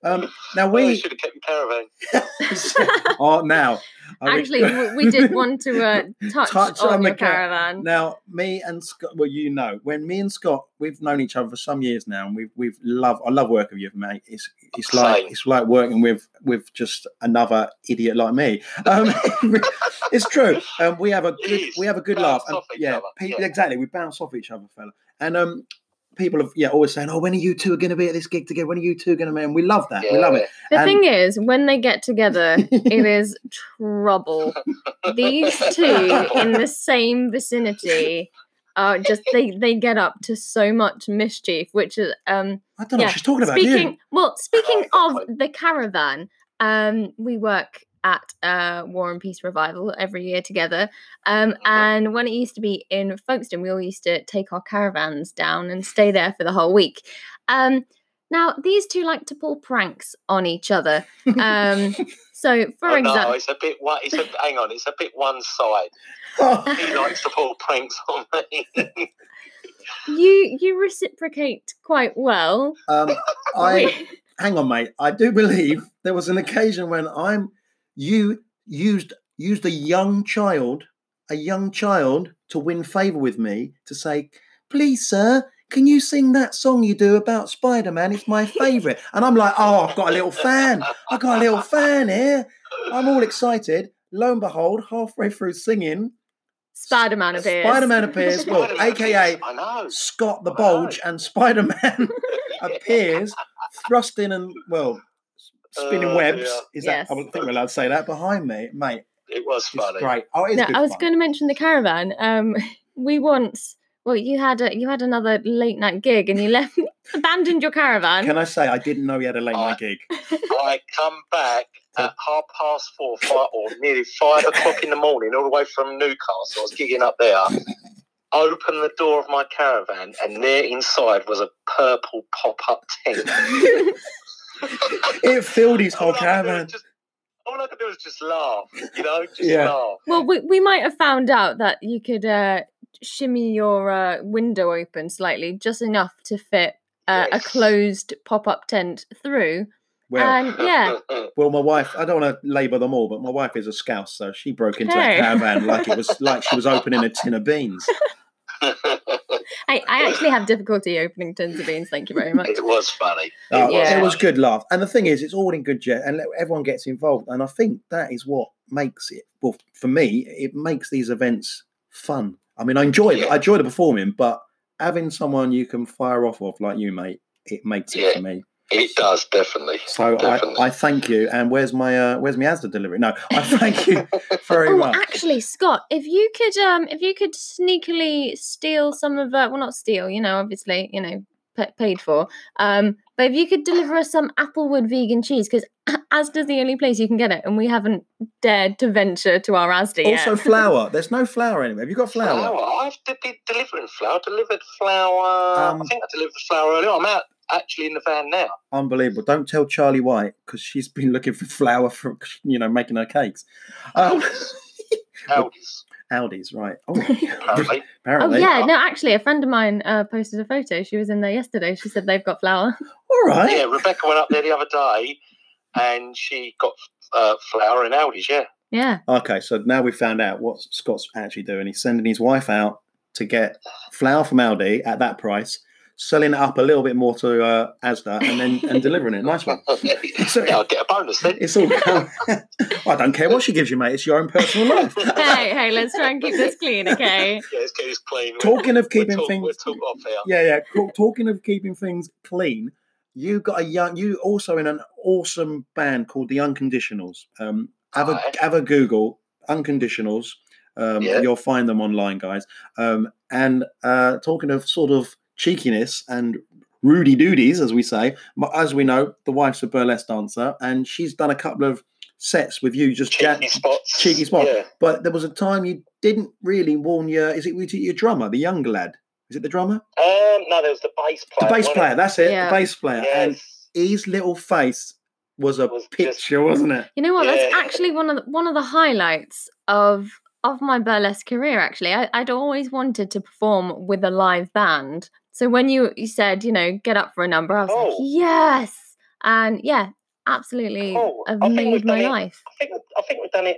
S1: Um, now
S3: Well, we
S1: we
S3: should have kept the caravan.
S1: [laughs] oh now I wish-
S2: [laughs] actually, we, we did want to uh,
S1: [laughs]
S2: touch,
S1: Touch
S2: on,
S1: on the
S2: your
S1: car-
S2: caravan.
S1: Now, me and Scott, well, you know, when me and Scott, we've known each other for some years now, and we've we've love I love working with you, mate. It's it's like
S3: Same.
S1: it's like working with with just another idiot like me. [laughs] Um, it's true. Um, we have a
S3: It
S1: good
S3: is.
S1: we have a good laugh.
S3: Bounce
S1: and
S3: off each
S1: yeah,
S3: other,
S1: pe-
S3: yeah.
S1: exactly. We bounce off each other, fella. And um, people have yeah always saying, oh, when are you two going to be at this gig together? When are you two going to be? And we love that. We love it.
S2: The
S1: and-
S2: thing is, when they get together,
S1: [laughs]
S2: it is trouble. These two in the same vicinity are just they they get up to so much mischief, which is um
S1: I don't know.
S2: Yeah.
S1: She's talking about
S2: speaking
S1: you. Oh,
S2: well speaking of
S3: Right.
S2: the caravan um we work at uh war and peace revival every year together
S1: Oh,
S2: um and when it used to be in folkestone we all used to take our caravans down and stay there for the whole week um now these two like to pull pranks on each other um so for
S3: [laughs] Oh,
S2: example
S3: no, it's a bit. one- It's a, hang on, it's a bit one side. He likes to pull pranks on me.
S2: you you reciprocate quite well
S1: [laughs]
S2: [laughs]
S1: um, I. [laughs]
S2: We-
S1: hang on, mate. I do believe there was an occasion when I'm you used used a young child, a young child to win favour with me to say, please, sir, can you sing that song you do about Spider Man? It's my favourite. And I'm like, oh, I've got a little
S3: [laughs]
S1: fan. I've got a little fan here. I'm all excited. Lo and behold, halfway through singing,
S2: spider-man appears
S1: Spider-Man
S2: [laughs]
S1: appears, well,
S3: Spider-Man
S1: AKA
S3: appears, I know.
S1: Scott the
S3: I know.
S1: Bulge and Spider Man
S3: Yeah.
S1: appears, thrusting and well, spinning
S3: Oh,
S1: webs.
S3: dear.
S1: Is that? I
S2: Yes.
S1: think we're allowed to say that behind me, mate.
S3: It was
S1: It's
S3: funny.
S1: great. Oh, it's
S2: No,
S1: good
S2: I was
S1: fun.
S2: going to mention the caravan. Um, we once Well, you had a, you had another late night gig and you left [laughs] abandoned your caravan. [laughs]
S1: Can I say I didn't know he had a late night
S3: night
S1: gig?
S3: I come back at half past four, five, or nearly five o'clock in the morning, all the way from Newcastle. I was gigging up there. Open the door of my caravan, and there inside was a purple pop-up tent.
S1: [laughs] It filled his
S3: All
S1: whole
S3: [laughs] I could do
S1: caravan.
S3: was just- All I could do was just laugh, you know, just
S1: Yeah.
S3: laugh.
S2: well, we, we might have found out that you could uh, shimmy your uh, window open slightly, just enough to fit uh,
S3: Yes.
S2: a closed pop up tent through.
S1: Well,
S2: And yeah,
S1: well, my wife. I don't want to labour them all, but my wife is a scouse, so she broke into
S2: Hey.
S1: that caravan like it was like
S2: [laughs]
S1: she was opening a tin of beans.
S3: [laughs]
S2: I, I actually have difficulty opening tins of beans. Thank you
S1: [laughs]
S2: very much.
S3: it was funny.
S1: Oh,
S2: Yeah.
S1: It was good laugh. And the thing is, it's all in good jet, and everyone gets involved. And I think that is what makes it. Well, for me, it makes these events fun. I mean, I enjoy it. I enjoy the performing, but having someone you can fire off of like you, mate, it makes it for me.
S3: It does definitely.
S1: So I,
S3: Definitely.
S1: I thank you. And where's my uh, where's my Asda delivery? No, I thank you very
S2: oh,
S1: much.
S2: actually, Scott, if you could, um, if you could sneakily steal some of, uh, well, not steal, you know, obviously, you know, pa- paid for, um, but if you could deliver us some Applewood vegan cheese, because [clears throat] Asda's the only place you can get it, and we haven't dared to venture to our Asda yet.
S1: Also, flour. There's no flour anywhere. Have you got flour?
S3: Flour. I've de- been delivering flour. Delivered flour.
S1: Um,
S3: I think I delivered flour earlier. I'm out actually in the van now.
S1: Unbelievable. Don't tell Charlie White because she's been looking for flour for you know making her cakes. Um,
S3: Aldi's,
S1: Aldi's, right? Oh,
S3: apparently.
S2: Oh
S1: apparently.
S2: yeah, no, actually, a friend of mine uh, posted a photo. She was in there yesterday. She said they've got flour. [laughs]
S1: All right.
S3: yeah, Rebecca went up there the other day, and she got uh, flour in
S1: [laughs]
S3: Aldi's. Yeah, [laughs]
S2: Yeah,
S1: Okay, so now we've found out what Scott's actually doing. He's sending his wife out to get flour from Aldi at that price, selling it up a little bit more to uh, Asda, and then
S3: [laughs]
S1: and delivering it. Nice one. So-
S3: yeah, I'll get a bonus then.
S1: It's all. [laughs] I don't care what she gives you, mate. It's your own personal
S3: [laughs]
S1: life.
S2: hey, hey, let's try and keep this clean, okay?
S3: Yeah, let's get this clean. We're-
S1: Talking of
S3: we're
S1: keeping
S3: talk-
S1: things,
S3: We're talk off here.
S1: yeah, yeah. Cool. Talking of keeping things clean, you got a young. You also in an awesome band called the Unconditionals. Um, have a
S3: Right.
S1: have a Google Unconditionals. Um,
S3: Yeah.
S1: You'll find them online, guys. Um, and uh, talking of sort of cheekiness and Rudy Doodies, as we say, m- as we know, the wife's a burlesque dancer, and she's done a couple of sets with you, just
S3: Cheeky
S1: ja-
S3: spots.
S1: cheeky spot.
S3: Yeah.
S1: But there was a time you didn't really warn your. Is it was it your drummer, the younger lad? Is it the drummer?
S3: Um, no, there was the bass
S1: The
S3: player.
S1: bass
S3: wasn't
S1: player. That's it.
S2: Yeah.
S1: The bass player.
S3: it?
S1: And
S3: Yes.
S1: his little face was a
S3: Was just-
S1: picture, wasn't it?
S2: You know what? That's
S3: Yeah.
S2: actually one of the, one of the highlights of of my burlesque career. Actually, I, I'd always wanted to perform with a live band. So when you you said you know get up for a number, I was like
S3: Oh.
S2: yes, and yeah, absolutely,
S3: Cool. Oh, I
S2: have
S3: think
S2: made
S3: we've
S2: my
S3: done it
S2: life.
S3: I think I think we've done it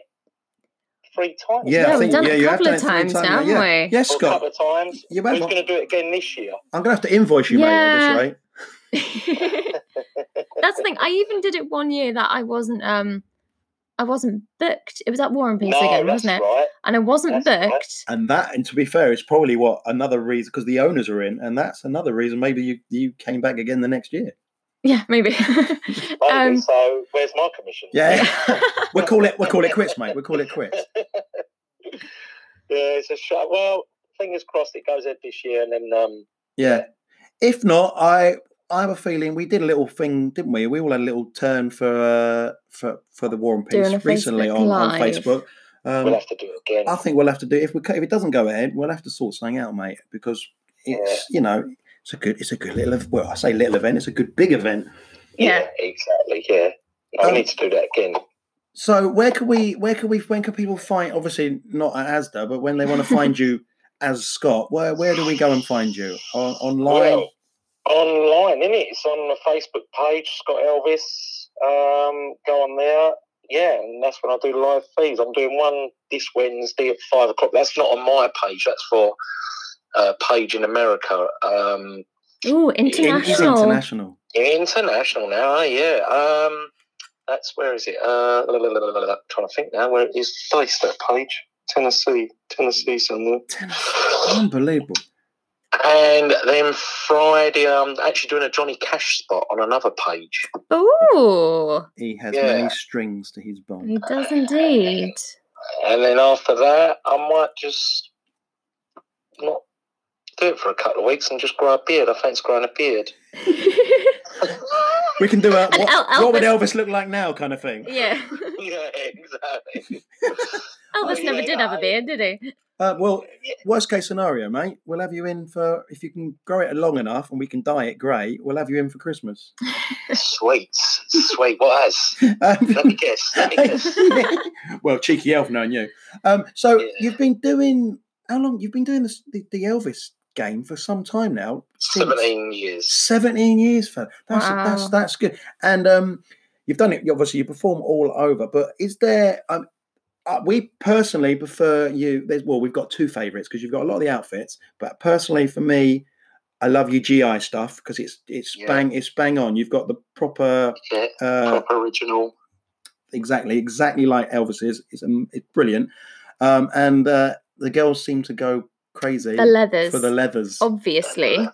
S3: three times.
S1: Yeah, I
S2: yeah, we've
S1: think-
S2: done
S1: yeah,
S2: it
S1: you
S2: a
S1: have
S2: couple
S1: done
S2: of
S1: it three
S2: times now,
S1: times now,
S2: haven't
S1: Yes,
S2: we?
S3: Or a
S1: Scott.
S3: couple of times.
S1: You
S3: We're
S1: have,
S3: going to do it again this year.
S1: I'm gonna have to invoice you, mate. At this
S2: Yeah.
S1: rate.
S2: [laughs] That's the thing. I even did it one year that I wasn't um I wasn't booked. It was at War and Peace
S3: no,
S2: again,
S3: that's
S2: wasn't it?
S3: right.
S2: And I wasn't
S3: that's right.
S2: booked.
S1: And that, and to be fair, is probably what another reason because the owners are in, and that's another reason maybe you you came back again the next year.
S2: Yeah, maybe. [laughs]
S3: Maybe,
S2: um,
S3: so where's my commission?
S1: Yeah,
S2: [laughs]
S1: we call it we call it quits, mate. We call it quits.
S3: [laughs] Yeah, it's a shot. Well, fingers crossed it goes ahead this year, and then um,
S1: Yeah. If not, I I have a feeling we did a little thing, didn't we? We all had a little turn for uh, for for the War and
S2: Doing
S1: Peace
S2: a
S1: recently
S2: Facebook
S1: on, on
S2: Live.
S1: Facebook. Um,
S3: we'll have to do it again.
S1: I think we'll have to do if we ca- if it doesn't go ahead, we'll have to sort something out, mate. Because it's you know it's a good it's a good little ev- well I say little event, it's a good big event.
S2: yeah.
S3: exactly. Yeah, I
S1: Um,
S3: need to do that again.
S1: So where can we where can we when can people find obviously not at ASDA, but when they want to find you as Scott, where where do we go and find you on online?
S3: Well, online, isn't it? It's on the Facebook page, Scott Elvis. Um, go on there. Yeah, and that's when I do live feeds. I'm doing one this Wednesday at five o'clock. That's not on my page. That's for a page in America. Um,
S2: Ooh,
S1: In-
S2: international.
S1: international.
S3: International now, eh? yeah. Um, that's where is it? Uh, la, la, la, la, la, la, trying to think now where it is based. That page, Tennessee, Tennessee somewhere.
S1: Unbelievable.
S3: And then Friday, I'm actually doing a Johnny Cash spot on another page.
S2: Ooh,
S1: He has
S3: Yeah.
S1: many strings to his bow.
S2: he does indeed.
S3: And then after that, I might just not should do it for a couple of weeks and just grow a beard. I fancy growing a
S2: [laughs]
S3: beard. [laughs]
S1: We can do a what,
S2: And El-
S1: what would
S2: Elvis-
S1: Elvis look like now kind of thing.
S2: yeah.
S3: yeah, exactly.
S2: Elvis
S3: yeah,
S2: never did have a
S3: I-
S2: beard, did he?
S1: Uh, well, worst case scenario, mate, we'll have you in for if you can grow it long enough and we can dye it grey. We'll have you in for Christmas. [laughs]
S3: Sweet, sweet. What else? Let me
S1: Um, [laughs]
S3: guess. Let me guess.
S1: well, cheeky elf knowing you. Um, so
S3: Yeah.
S1: you've been doing how long? You've been doing this, the, the Elvis game for some time now. since-
S3: Seventeen years.
S1: Seventeen years, fella. That's
S2: Wow.
S1: that's that's good. And um, you've done it. Obviously, you perform all over. But is there? Um, uh, we personally prefer you. There's well, we've got two favourites because you've got a lot of the outfits. But personally, for me. I love your GI stuff because it's it's
S3: Yeah.
S1: bang it's bang on. You've got the proper
S3: Yeah,
S1: uh,
S3: proper original.
S1: exactly, exactly like Elvis is. It's, um, it's brilliant. Um, and uh, the girls seem to go crazy
S2: The leathers. Oh.
S1: for the leathers.
S2: obviously.
S1: The,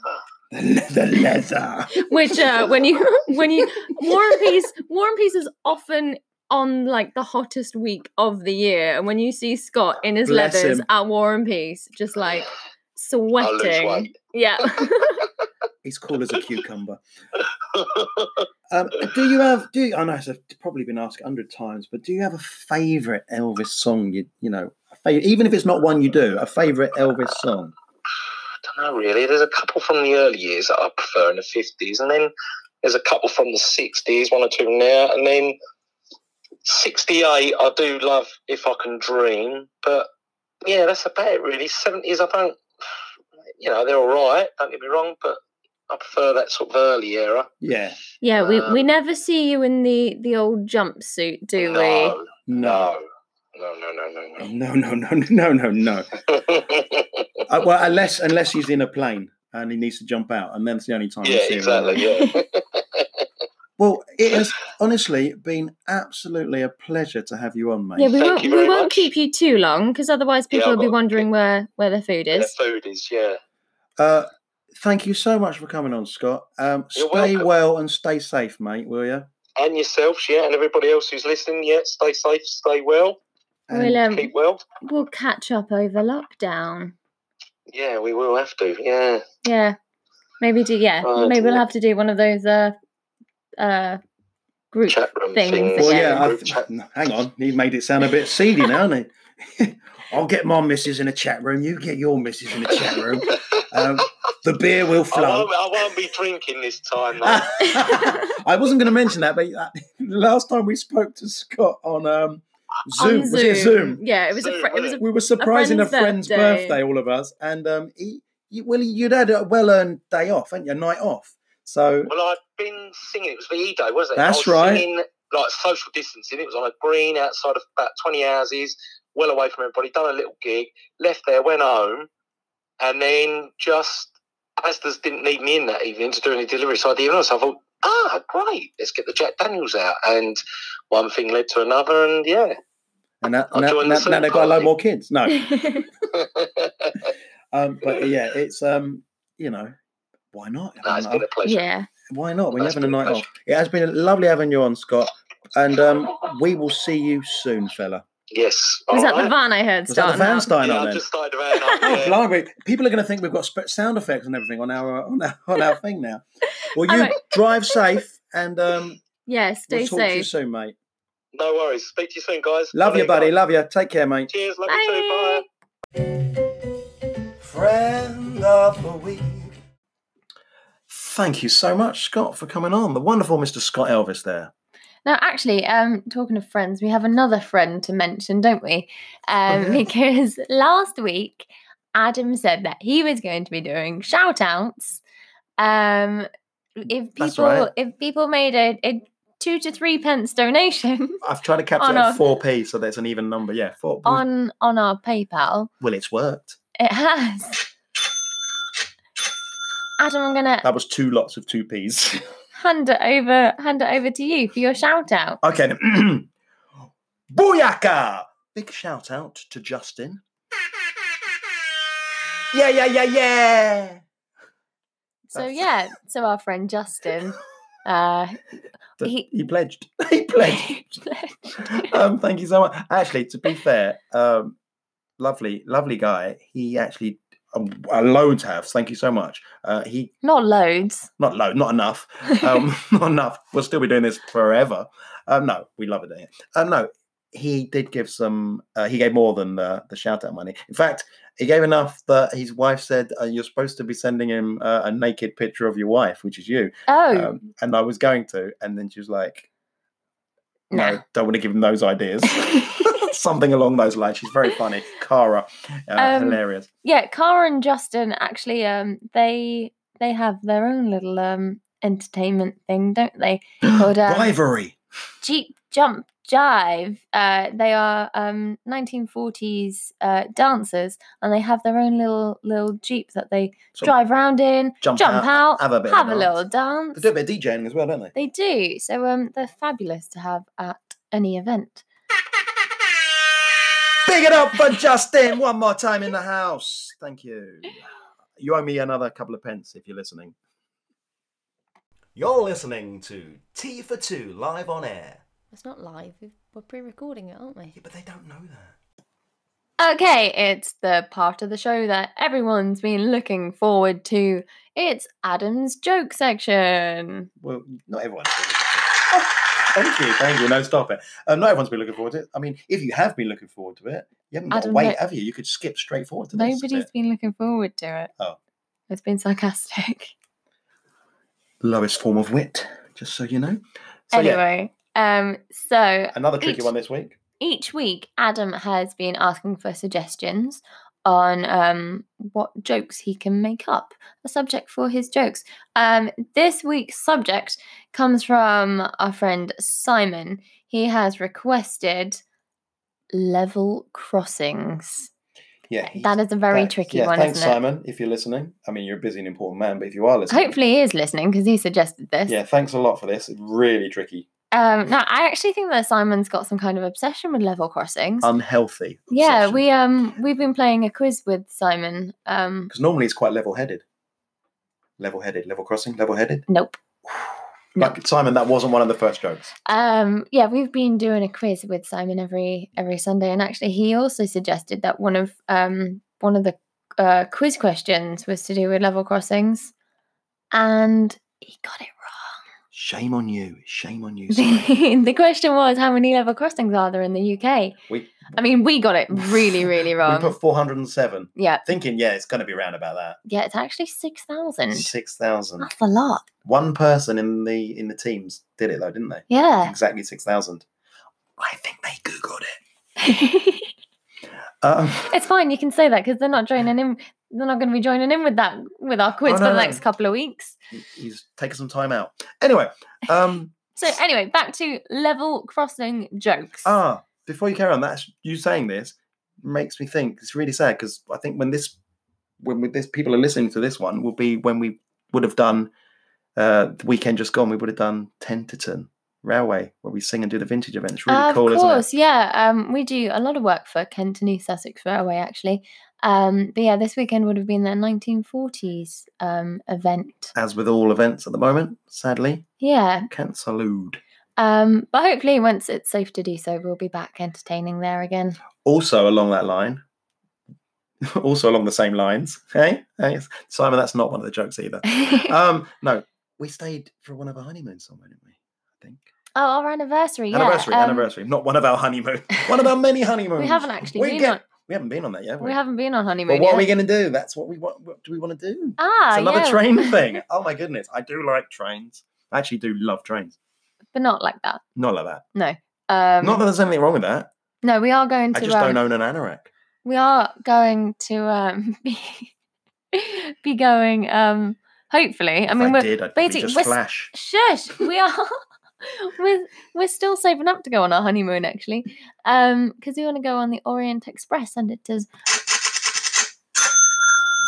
S1: le- [laughs] the leather.
S2: Which uh, when you [laughs] when you War and Peace War and Peace is often on like the hottest week of the year, and when you see Scott in his
S1: Bless
S2: leathers
S1: him.
S2: at War and Peace, just like
S3: I'll lose
S2: sweating.
S3: weight.
S2: Yeah. [laughs]
S1: He's cool as a cucumber.
S3: [laughs]
S1: Um, do you have? Do you, I know it's probably been asked a hundred times, but do you have a favourite Elvis song? You you know, a fav- even if it's not one you do, a favourite Elvis song.
S3: don't know really. There's a couple from the early years that I prefer in the fifties, and then there's a couple from the sixties, one or two from there, and then sixty-eight. I do love if I can dream, but yeah, that's about it really. Seventies, I don't. You know, they're all right. Don't get me wrong, but I prefer that sort of early era.
S1: Yeah.
S2: Yeah, we, we
S3: Um,
S2: never see you in the the old jumpsuit, do
S3: No,
S1: No.
S3: no, no, no, no, no,
S1: No. No. No. No. No. No.
S3: [laughs] no.
S1: Uh, well, unless unless he's in a plane and he needs to jump out, and then it's the only time. you
S3: yeah,
S1: see him.
S3: exactly.
S2: [laughs]
S3: Yeah.
S1: Well, it has honestly been absolutely a pleasure to have you on, mate.
S2: we? Yeah, we
S3: Thank
S2: won't
S3: you
S2: we
S3: very
S2: won't
S3: much.
S2: keep you too long because otherwise
S3: Yeah,
S2: people
S3: I've
S2: will be
S3: got-
S2: wondering where where their food
S3: The
S2: is.
S3: food is yeah.
S1: uh, thank you so much for coming on, Scott. Um,
S3: You're
S1: stay
S3: welcome.
S1: well and stay safe, mate, will you?
S3: and yourselves, yeah, and everybody else who's listening, yeah, stay safe, stay well,
S2: We'll um,
S3: keep well.
S2: we'll catch up over lockdown.
S3: Yeah, we will have to, yeah.
S2: Yeah. Maybe do yeah.
S3: Oh,
S2: Maybe we'll
S3: dear.
S2: have to do one of those uh uh group [laughs]
S3: Chat room
S2: Things,
S3: things.
S1: well,
S2: again.
S1: yeah. I
S3: group
S1: th-
S3: chat.
S1: hang on, he made it sound a bit seedy now, hasn't he? [laughs] I'll get my missus in a chat room. You get your missus in a chat room. Um, the beer will
S3: I,
S1: flow.
S3: won't, I won't be drinking this time,
S1: [laughs]
S3: though.
S1: I wasn't going to mention that, but uh, last time we spoke to Scott on um, Zoom,
S2: on
S1: was it Zoom?
S2: Yeah, it was a
S3: Zoom,
S2: fr- it was
S3: wasn't
S2: a
S1: we were surprising a friend's,
S2: friend's
S1: birthday.
S2: birthday.
S1: all of us, and um, he, you, well, you'd had a well-earned day off, hadn't you? A night off. So
S3: well, I'd been singing, it was VE Day, wasn't it? I
S1: That's
S3: was
S1: right.
S3: Singing, like social distancing, it was on a green outside of about 20 houses, well away from everybody, done a little gig, left there, went home, and then just. Asda's didn't need me in that evening to do any delivery, so I did so I thought, ah, great, let's get the Jack Daniels out. And one thing led to another, and yeah,
S1: and that,
S3: I'll
S1: now,
S3: join
S1: now-
S3: the
S1: now they've got a lot
S3: party.
S1: more kids. No,
S2: [laughs] no,
S1: um, but yeah, it's um, you know, why not?
S3: No, it's been a pleasure.
S2: yeah.
S1: Why not? We're
S3: That's
S1: Um, having a
S3: been a
S1: night
S3: pleasure.
S1: off. It has been lovely having you on, Scott, and um, we will see you soon, fella.
S3: Yes.
S2: Was that
S3: alright.
S2: the van I heard
S1: Was that the
S2: starting
S1: van
S2: up?
S1: starting
S3: Yeah,
S1: up
S3: I
S1: then?
S3: just
S1: [laughs]
S3: started around.
S1: Oh,
S3: yeah.
S1: blimey. People are going to think we've got sp- sound effects and everything on our on our, on our thing now. Well,
S2: All
S1: you
S2: right.
S1: drive safe and
S2: [laughs]
S1: um,
S2: Yeah, stay
S1: we'll talk to you
S2: safe.
S1: soon, mate.
S3: No worries. Speak to you soon, guys.
S1: Love you,
S3: Well,
S1: buddy.
S3: there go.
S1: Love you. Take care, mate.
S3: Cheers. Love you
S2: Bye.
S3: too. Bye.
S1: Friend of the week. Thank you so much, Scott, for coming on. The wonderful Mr. Scott Elvis there.
S2: Now, actually, um, talking of friends, we have another friend to mention, don't we? Um,
S1: yeah.
S2: Because last week, Adam said that he was going to be doing shout outs. Um, if
S1: That's
S2: people
S1: right.
S2: if people made a, a two to three pence donation
S1: [laughs] I've tried to capture
S2: Oh,
S1: it at
S2: no.
S1: 4p, so that's an even number. Yeah, 4
S2: on on our PayPal,
S1: Well, it's worked.
S2: it has. Adam, I'm gonna
S1: That was two lots of 2p's.
S2: hand it over hand it over to you for your shout out.
S1: [laughs] Okay. Then. [clears throat] Booyaka! Big shout out to Justin. Yeah, yeah, yeah, yeah.
S2: So
S1: That's-
S2: yeah, so our friend
S1: [laughs]
S2: Justin, uh,
S1: The- he,
S2: He-
S1: pledged. [laughs] he
S2: [laughs]
S1: pledged. um, thank you so much. Actually, to be fair, um, lovely, lovely guy. He actually, uh, uh, loads have. Thank you so much. Uh, he
S2: Not loads.
S1: not load, not enough.
S2: [laughs]
S1: Um, [laughs] not enough. We'll still be doing this forever. Um, no, we love it doing it. Um, no, he did give some. Uh, he gave more than the, the shout out money. In fact, he gave enough that his wife said uh, you're supposed to be sending him uh, a naked picture of your wife, which is you.
S2: oh,
S1: Um, and I was going to, and then she was like, "No,
S2: no.
S1: don't want to give him those
S2: [laughs]
S1: ideas." [laughs] Something along those lines. She's very funny, Cara. Uh,
S2: Um,
S1: hilarious.
S2: [laughs] yeah cara and justin actually um they they have their own little um entertainment thing don't
S1: [gasps]
S2: they called, um,
S1: Rivalry.
S2: jeep jump jive uh they are um 1940s uh dancers and they have their own little little jeep that they
S1: So
S2: drive around in
S1: jump,
S2: jump
S1: out,
S2: out,
S1: Have a bit.
S2: have
S1: of
S2: a little
S1: dance.
S2: dance
S1: They do a bit of DJing as well, don't they?
S2: they do so um they're fabulous to have at any event
S1: Big it up for Justin one more time in the house. Thank you. You owe me another couple of pence if you're listening. You're listening to Tea for Two live on air.
S4: It's not live. we've- We're pre-recording it, aren't we?
S1: Yeah, but they don't know that.
S2: Okay, it's the part of the show that everyone's been looking forward to. It's Adam's joke section.
S1: Well, not everyone's. been looking forward to it. Thank you, thank you. No, stop it. Um, not everyone's been looking forward to it. I mean, if you have been looking forward to it, you haven't got to
S2: Adam,
S1: wait,
S2: no-
S1: have you? You could skip straight forward to this.
S2: Nobody's
S1: bit.
S2: been looking forward to it.
S1: Oh.
S2: It's been sarcastic.
S1: lowest form of wit, just so you know. So yeah,
S2: anyway, um, so
S1: another tricky
S2: each-
S1: one this week.
S2: each week Adam has been asking for suggestions on um, what jokes he can make up, a subject for his jokes. Um, this week's subject comes from our friend Simon. He has requested level crossings.
S1: Yeah, he's-
S2: That is a very
S1: Thanks.
S2: tricky
S1: yeah,
S2: one,
S1: Thanks,
S2: isn't it?
S1: Simon, if you're listening. I mean, you're a busy and important man, but if you are listening,
S2: Hopefully he is listening because he suggested this.
S1: Yeah, thanks a lot for this. It's really tricky.
S2: Um, now I actually think that Simon's got some kind of obsession with level crossings.
S1: Unhealthy.
S2: yeah, we um we've been playing a quiz with Simon. Um,
S1: Because normally it's quite level headed. Level headed, level crossing, level headed.
S2: nope.
S1: [sighs] Like, Simon, that wasn't one of the first jokes.
S2: Um, yeah, we've been doing a quiz with Simon every every Sunday, and actually, he also suggested that one of um one of the uh, quiz questions was to do with level crossings, and he got it
S1: Shame on you. Shame on
S2: [laughs]
S1: you. Simon.
S2: wrong. the question was, how many level crossings are there in the UK?
S1: we,
S2: I mean, we got it
S1: [laughs]
S2: really, really wrong.
S1: we put 407.
S2: yeah,
S1: Thinking, yeah, it's going to be round about that.
S2: yeah, it's actually six thousand.
S1: 6,000.
S2: That's a lot.
S1: One person in the in the teams did it, though, didn't they?
S2: Yeah. [laughs]
S1: Exactly 6,000. I think they Googled it. Um,
S2: It's fine. You can say that because they're not joining in. They're not going to be joining in with that with our quiz for
S1: Oh, no,
S2: the
S1: no.
S2: next couple of weeks.
S1: he- he's taking some time out. Anyway,
S2: [laughs]
S1: um,
S2: So anyway, back to level crossing jokes.
S1: ah, before you carry on, that's you saying this makes me think. It's really sad because I think when this, when we, this people are listening to this one, will be when we would have done uh, the weekend just gone. We would have done Tenterton Railway where we sing and do the vintage event. It's really
S2: of
S1: cool,
S2: course,
S1: isn't
S2: yeah. Um, we do a lot of work for Kent and East Sussex Railway, actually. Um, but yeah, this weekend would have been their 1940s um, event.
S1: it? As with all events at the moment, sadly
S2: Yeah,
S1: cancelled.
S2: um, but hopefully, once it's safe to do so, we'll be back entertaining there again.
S1: Also along that line. [laughs] Also along the same lines, hey, hey, Simon. That's not one of the jokes either.
S2: oh, [laughs]
S1: [laughs] um, no, we stayed for one of our honeymoons somewhere, didn't we? I think
S2: Oh, our anniversary, yeah.
S1: anniversary,
S2: um,
S1: anniversary. Not one of our honeymoons. [laughs] One of our many honeymoons.
S2: We haven't actually
S1: We
S2: been
S1: get-
S2: on.
S1: We haven't been on that yet. have
S2: We haven't been on honeymoon.
S1: But what are we
S2: yet.
S1: going to do? That's what we want. What do we want to do?
S2: Ah,
S1: it's another
S2: yeah, [laughs]
S1: train thing. Oh my goodness, I do like trains. I actually do love trains.
S2: but not like that.
S1: Not like that.
S2: No. Um,
S1: Not that there's anything wrong with that.
S2: no, we are going to.
S1: I just
S2: um,
S1: don't own an anorak.
S2: we are going to um [laughs] be be going um hopefully i
S1: If
S2: mean
S1: I
S2: we're
S1: did, I'd probably
S2: basically-
S1: just
S2: we're s-
S1: flash.
S2: shush we are [laughs] we're, we're still saving up to go on our honeymoon actually um because we want to go on the orient express and it is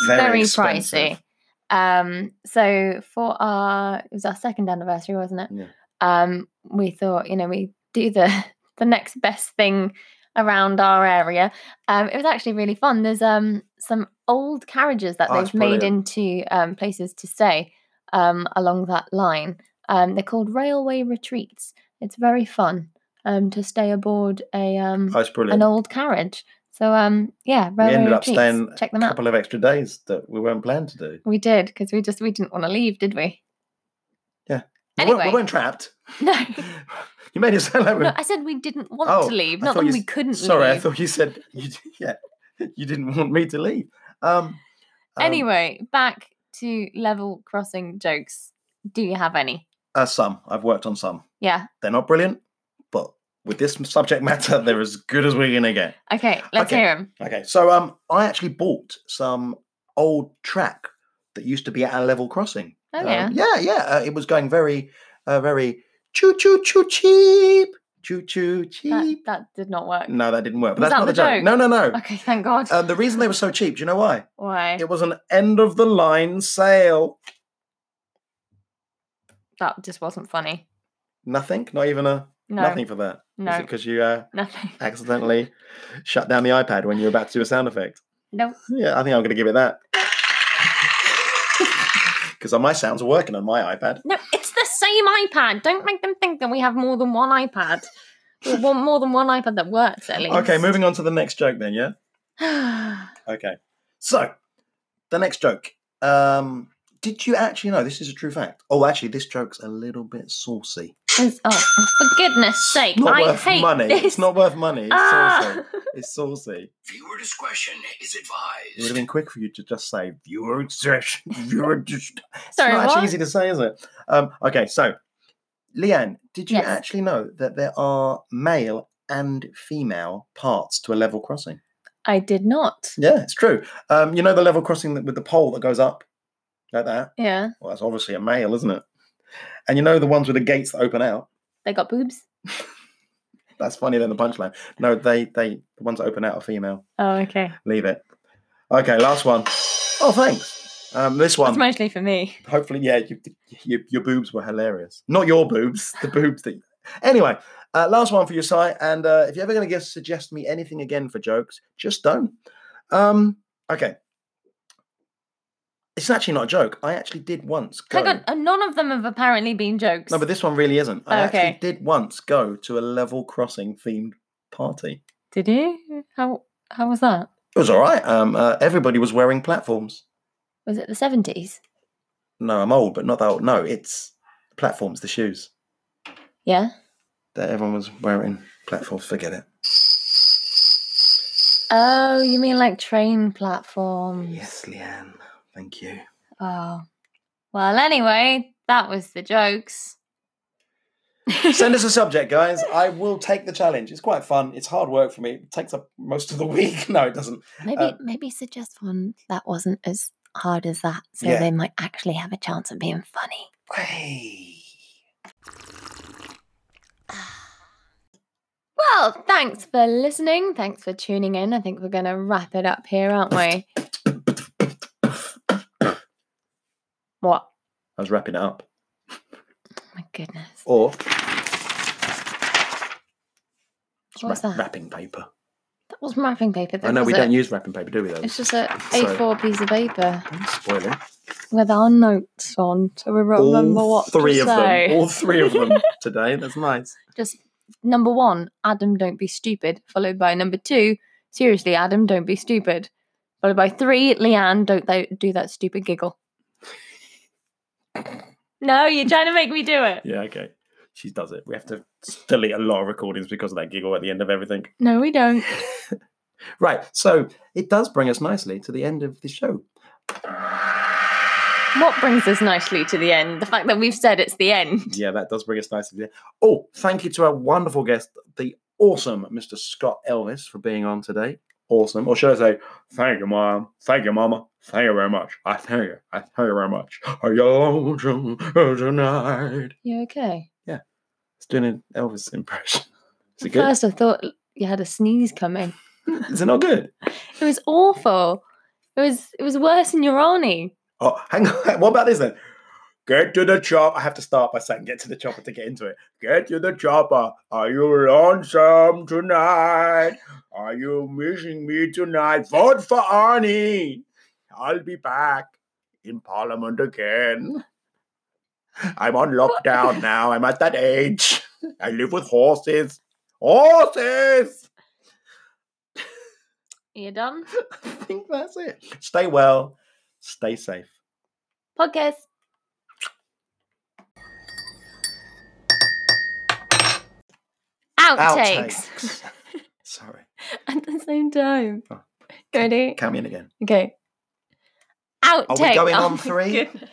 S1: Very,
S2: very
S1: expensive.
S2: pricey um so for our it was our second anniversary wasn't it
S1: Yeah.
S2: um we thought you know we do the [laughs] the next best thing around our area um it was actually really fun there's um some old carriages that
S1: Oh, it's
S2: they've made
S1: brilliant.
S2: into um places to stay um along that line um they're called railway retreats it's very fun um to stay aboard a um
S1: Oh, it's brilliant.
S2: an old carriage So um, yeah,
S1: We
S2: Railway
S1: ended up
S2: Retreats.
S1: staying
S2: Check
S1: a
S2: them out.
S1: couple of extra days that we weren't planned to do.
S2: We did because we just we didn't want to leave, did we?
S1: We weren't, we
S2: Anyway.
S1: weren't trapped.
S2: [laughs]
S1: [laughs]
S2: No.
S1: you made it sound like we
S2: No, I said we didn't want
S1: Oh,
S2: to leave,
S1: I
S2: not
S1: thought
S2: that
S1: you
S2: we
S1: s-
S2: couldn't
S1: Sorry, I
S2: leave.
S1: thought you said you, d- [laughs] yeah, you didn't want me to leave. Um, um,
S2: anyway, back to level crossing jokes. Do you have any?
S1: uh, some I've worked on some.
S2: Yeah.
S1: They're not brilliant, but with this subject matter, they're as good as we're gonna get.
S2: Okay, let's
S1: Okay.
S2: hear 'em. hear them.
S1: Okay, so um, I actually bought some old track that used to be at our level crossing.
S2: Oh,
S1: Um,
S2: yeah.
S1: yeah, yeah. Uh, it was going very, uh, very choo choo choo cheap, choo choo
S2: That,
S1: cheap.
S2: that did not work.
S1: No, that didn't work. But
S2: Was
S1: that's
S2: that
S1: not the
S2: the
S1: joke. No,
S2: joke?
S1: no,
S2: [laughs]
S1: no.
S2: Okay, thank God.
S1: Um, the reason they were so cheap, do you know why?
S2: Why?
S1: It was an end of the line sale.
S2: that just wasn't funny.
S1: Nothing, not even a
S2: No,
S1: nothing for that.
S2: no,
S1: because you uh,
S2: nothing.
S1: accidentally shut down the iPad when you were about to do a sound effect.
S2: No,
S1: Yeah, I think I'm going to give it that. [laughs] Because my sounds are working on my iPad.
S2: no, it's the same iPad. Don't make them think that we have more than one iPad.
S1: [laughs]
S2: We want more than one iPad that works at least.
S1: Okay,
S2: [sighs]
S1: moving on to the next joke then, yeah? Okay. So, the next joke. Um, did you actually know this is a true fact? Oh, actually, this joke's a little bit saucy.
S2: It's- oh, for goodness sake!
S1: Not
S2: I
S1: worth
S2: hate
S1: money.
S2: this.
S1: It's not worth money. It's saucy.
S2: ah!
S1: It's saucy.
S3: Viewer discretion is
S1: It would have
S3: advised.
S1: been quick for you to just say viewer discretion. [laughs] Viewer dis- It's
S2: Ah. Sorry,
S1: not
S2: what?
S1: actually easy to say, is it? Um, okay, so Leanne, did you
S2: Yes.
S1: actually know that there are male and female parts to a level crossing?
S2: I did not.
S1: Yeah, it's true. Um, you know the level crossing that, with the pole that goes up like that.
S2: Yeah,
S1: Well, that's obviously a male, isn't it? And you know the ones with the gates that open out.
S2: they got boobs.
S1: That's funnier than the punchline. No, they they the ones that open out are female.
S2: Oh, okay.
S1: Leave it. Okay, last one. Oh, thanks. Um, this one.
S2: That's mostly for me.
S1: hopefully, yeah, you, you, your boobs were hilarious. Not your boobs, the boobs that. Anyway, uh, last one for your site. And uh, if you're ever going to suggest me anything again for jokes, just don't. Um, okay. It's actually not a joke. I actually did once go.
S2: Hang on, uh, none of them have apparently been jokes.
S1: No, but this one really isn't. I
S2: Okay.
S1: actually did once go to a level crossing themed party.
S2: did you? How how was that?
S1: It was all right. Um, uh, everybody was wearing platforms.
S2: Was it the seventies?
S1: No, I'm old, but not that old. No, it's platforms, the shoes.
S2: Yeah.
S1: that everyone was wearing platforms. Forget it.
S2: Oh, you mean like train platforms?
S1: Yes, Leanne. Thank you.
S2: Oh. Well, anyway, that was the jokes.
S1: Send us a subject, guys. I will take the challenge. It's quite fun. It's hard work for me. It takes up most of the week. [laughs] No, it doesn't.
S2: maybe
S1: uh,
S2: maybe suggest one that wasn't as hard as that, so
S1: Yeah.
S2: they might actually have a chance of being funny.
S1: Hey.
S2: Well, thanks for listening. Thanks for tuning in. I think we're going to wrap it up here, aren't we? what?
S1: I was wrapping it up.
S2: My goodness.
S1: Or It's
S2: What was that?
S1: wrapping paper.
S2: That was wrapping paper.
S1: I
S2: That
S1: know we don't
S2: wasn't-
S1: use wrapping paper, do we? Though.
S2: It's just a
S1: Sorry.
S2: A4 piece of paper
S1: Don't spoil it.
S2: with our notes on, so we remember
S1: All
S2: what
S1: three
S2: to
S1: of
S2: say.
S1: them. All three of
S2: [laughs]
S1: them today. That's nice.
S2: just number one, Adam, don't be stupid, followed by number two, seriously, Adam, don't be stupid, followed by three, Leanne, don't tho- do that stupid giggle. no, you're trying to make me do it.
S1: Yeah. Okay. She does it. We have to delete a lot of recordings because of that giggle at the end of everything.
S2: No, we don't.
S1: Right. So it does bring us nicely to the end of the show.
S2: What brings us nicely to the end? The fact that we've said it's the end.
S1: Yeah, that does bring us nicely to the end. Oh, thank you to our wonderful guest, the awesome Mr. Scott Elvis, for being on today. Awesome. Or should I say, thank you, Mom. Thank you, Mama. Thank you very much. I thank you. I thank you very much. Are you on tonight?
S2: You okay?
S1: It's doing an Elvis impression. Is it
S2: At
S1: good?
S2: first, I thought you had a sneeze coming.
S1: Is it not good?
S2: It was awful. It was it was worse than your Arnie.
S1: Oh, hang on. [laughs] What about this then? Get to the chop. I have to start by saying get to the chopper to get into it. Get to the chopper. Are you lonesome tonight? Are you missing me tonight? Vote for Arnie. I'll be back in Parliament again. I'm on lockdown now. I'm at [laughs] that age. I live with horses. Horses!
S2: you done?
S1: I think that's it. Stay well. Stay safe.
S2: Podcast. Outtakes. [laughs]
S1: Outtakes. [laughs] Sorry.
S2: At the same time.
S1: Oh.
S2: Ready?
S1: Count me in again.
S2: Okay. Outtake.
S1: Are we going
S2: Oh
S1: on
S2: my
S1: three?
S2: goodness.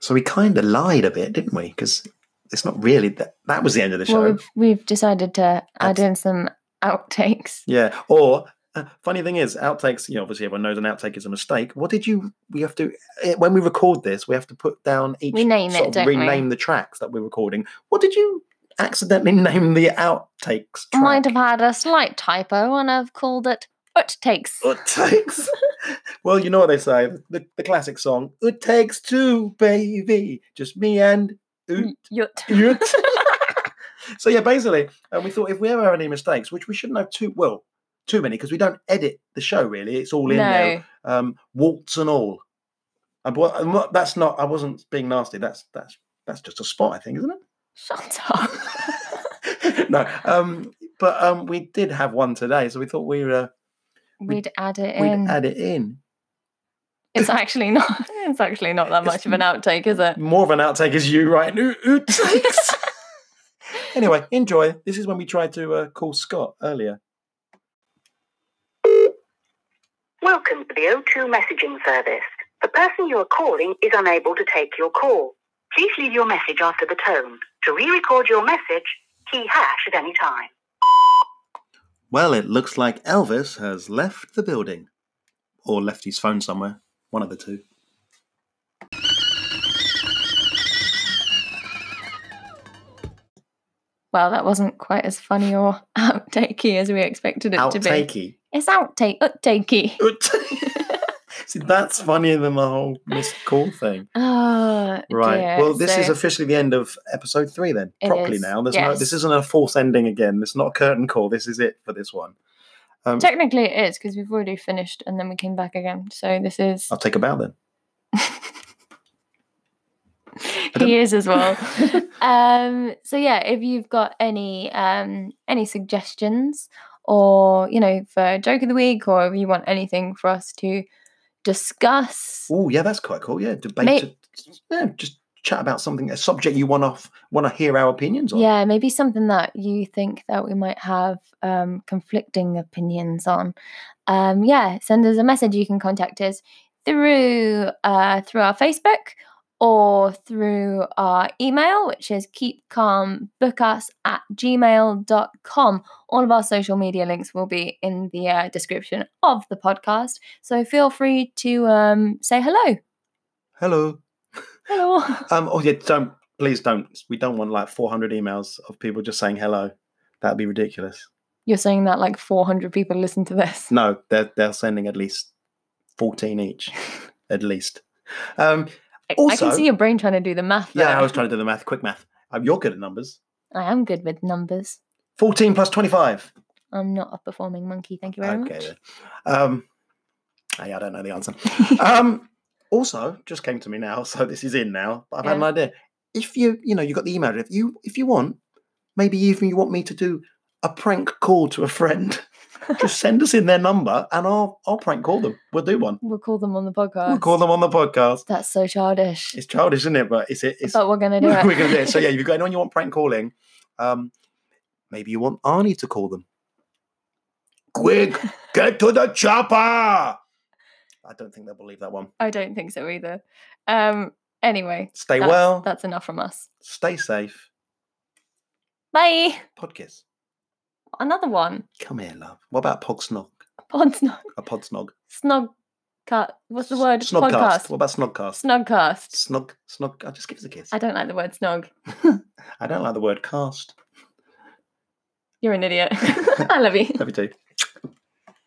S1: So we kind of lied a bit, didn't we? Because it's not really that. That was the end of the show.
S2: Well, we've, we've decided to add
S1: That's-
S2: in some outtakes.
S1: Yeah. Or uh, funny thing is, outtakes. You know, obviously everyone knows an outtake is a mistake. What did you? We have to eh, when we record this, we have to put down each.
S2: We name
S1: sort
S2: it,
S1: of
S2: don't we?
S1: rename the tracks that we're recording. What did you accidentally [laughs] name the outtakes?
S2: I might have
S1: track?
S2: had a slight typo and I've called it outtakes.
S1: Outtakes. [laughs] well, you know what they say. The, the classic song. It takes two, baby. Just me and oot.
S2: Yut.
S1: Yut. [laughs] so yeah, basically, and we thought if we ever have any mistakes, which we shouldn't have too well, too many, because we don't edit the show really. It's all in there,
S2: No.
S1: um, waltz and all. And, well, and what- that's not. I wasn't being nasty. That's that's that's just a spot, I think, isn't
S2: Shut
S1: [laughs]
S2: up.
S1: it? [laughs] no, um, but um, we did have one today, so we thought we uh,
S2: We'd add it
S1: we'd
S2: in.
S1: add it in.
S2: It's actually not. It's actually not that
S1: It's
S2: much of an outtake, is it?
S1: More of an outtake is you, right? [laughs] Oot- Outtakes. anyway, enjoy. This is when we tried to uh, call Scott earlier.
S5: Welcome to the O2 messaging service. The person you are calling is unable to take your call. Please leave your message after the tone. To re-record your message, key hash at any time.
S1: Well, it looks like Elvis has left the building. Or left his phone somewhere. One of the two.
S2: [laughs] Well, that wasn't quite as funny or outtakey as we expected it to be.
S1: Outtakey.
S2: It's outtake,
S1: [laughs]
S2: outtakey.
S1: See, that's funnier than the whole missed call thing.
S2: Oh,
S1: Right.
S2: dear.
S1: Well, this is
S2: So-
S1: officially the end of episode three, then.
S2: It
S1: Properly
S2: is,
S1: now. There's no,
S2: yes.
S1: this isn't a false ending again. It's not a curtain call. This is it for this one. Um,
S2: technically it is because we've already finished and then we came back again. So this is
S1: I'll take a bow then.
S2: [laughs]
S1: don't-
S2: he is
S1: [laughs]
S2: as well. um so yeah if you've got any um any suggestions or you know for joke of the week or if you want anything for us to discuss
S1: Oh, yeah, that's quite cool. Yeah, debate.
S2: May-
S1: it. yeah, just chat about something, a subject you want off, want to hear our opinions on.
S2: yeah maybe something that you think that we might have um conflicting opinions on um yeah send us a message you can contact us through uh through our facebook or through our email which is keepcalmbookus at gmail.com all of our social media links will be in the uh, description of the podcast so feel free to um say hello
S1: Hello.
S2: hello
S1: Um, oh yeah, don't please don't. We don't want like 400 emails of people just saying hello. That'd be ridiculous.
S2: [laughs] you're saying that like 400 people listen to this
S1: No, they're they're sending at least 14 [laughs] each, at least. Um,
S2: I- I
S1: Also-
S2: can see your brain trying to do the math.
S1: yeah, I
S2: there.
S1: was trying to do the math, quick math. Um, you're good at numbers.
S2: I am good with numbers.
S1: 14 plus 25.
S2: I'm not a performing monkey. Thank you very
S1: okay.
S2: much.
S1: Then. Um, hey, I don't know the answer. um,
S2: [laughs]
S1: also, just came to me now, so this is in now. But I've had an
S2: Yeah.
S1: idea. If you, you know, you got the email. If you, if you want, maybe even you want me to do a prank call to a
S2: [laughs]
S1: friend. just send us in their number, and I'll, I'll prank call them. We'll do one.
S2: We'll call them on the podcast.
S1: We'll call them on the podcast.
S2: That's so childish.
S1: It's childish, isn't it? But it's it. It's,
S2: but we're gonna do
S1: [laughs]
S2: it.
S1: we're gonna do it. So yeah, if you've got anyone you want prank calling, um, maybe you want Arnie to call them.
S2: [laughs]
S1: Quick, get to the chopper! I don't think they'll believe that one.
S2: [laughs] I don't think so either. Um. Anyway,
S1: Stay
S2: that's,
S1: well,
S2: That's enough from us.
S1: stay safe.
S2: Bye.
S1: Podkiss,
S2: Another one. [laughs]
S1: come here, love. What about Pogsnog?
S2: Pod snog.
S1: A Podsnog?
S2: Snog. Cut. What's the word?
S1: Snogcast. What
S2: Podcast.
S1: about Snogcast?
S2: Snogcast.
S1: Snog, snog. Oh, just give us a kiss.
S2: I don't like the word snog.
S1: I don't like the word cast. [laughs]
S2: You're an idiot. [laughs] I love you.
S1: Love you too.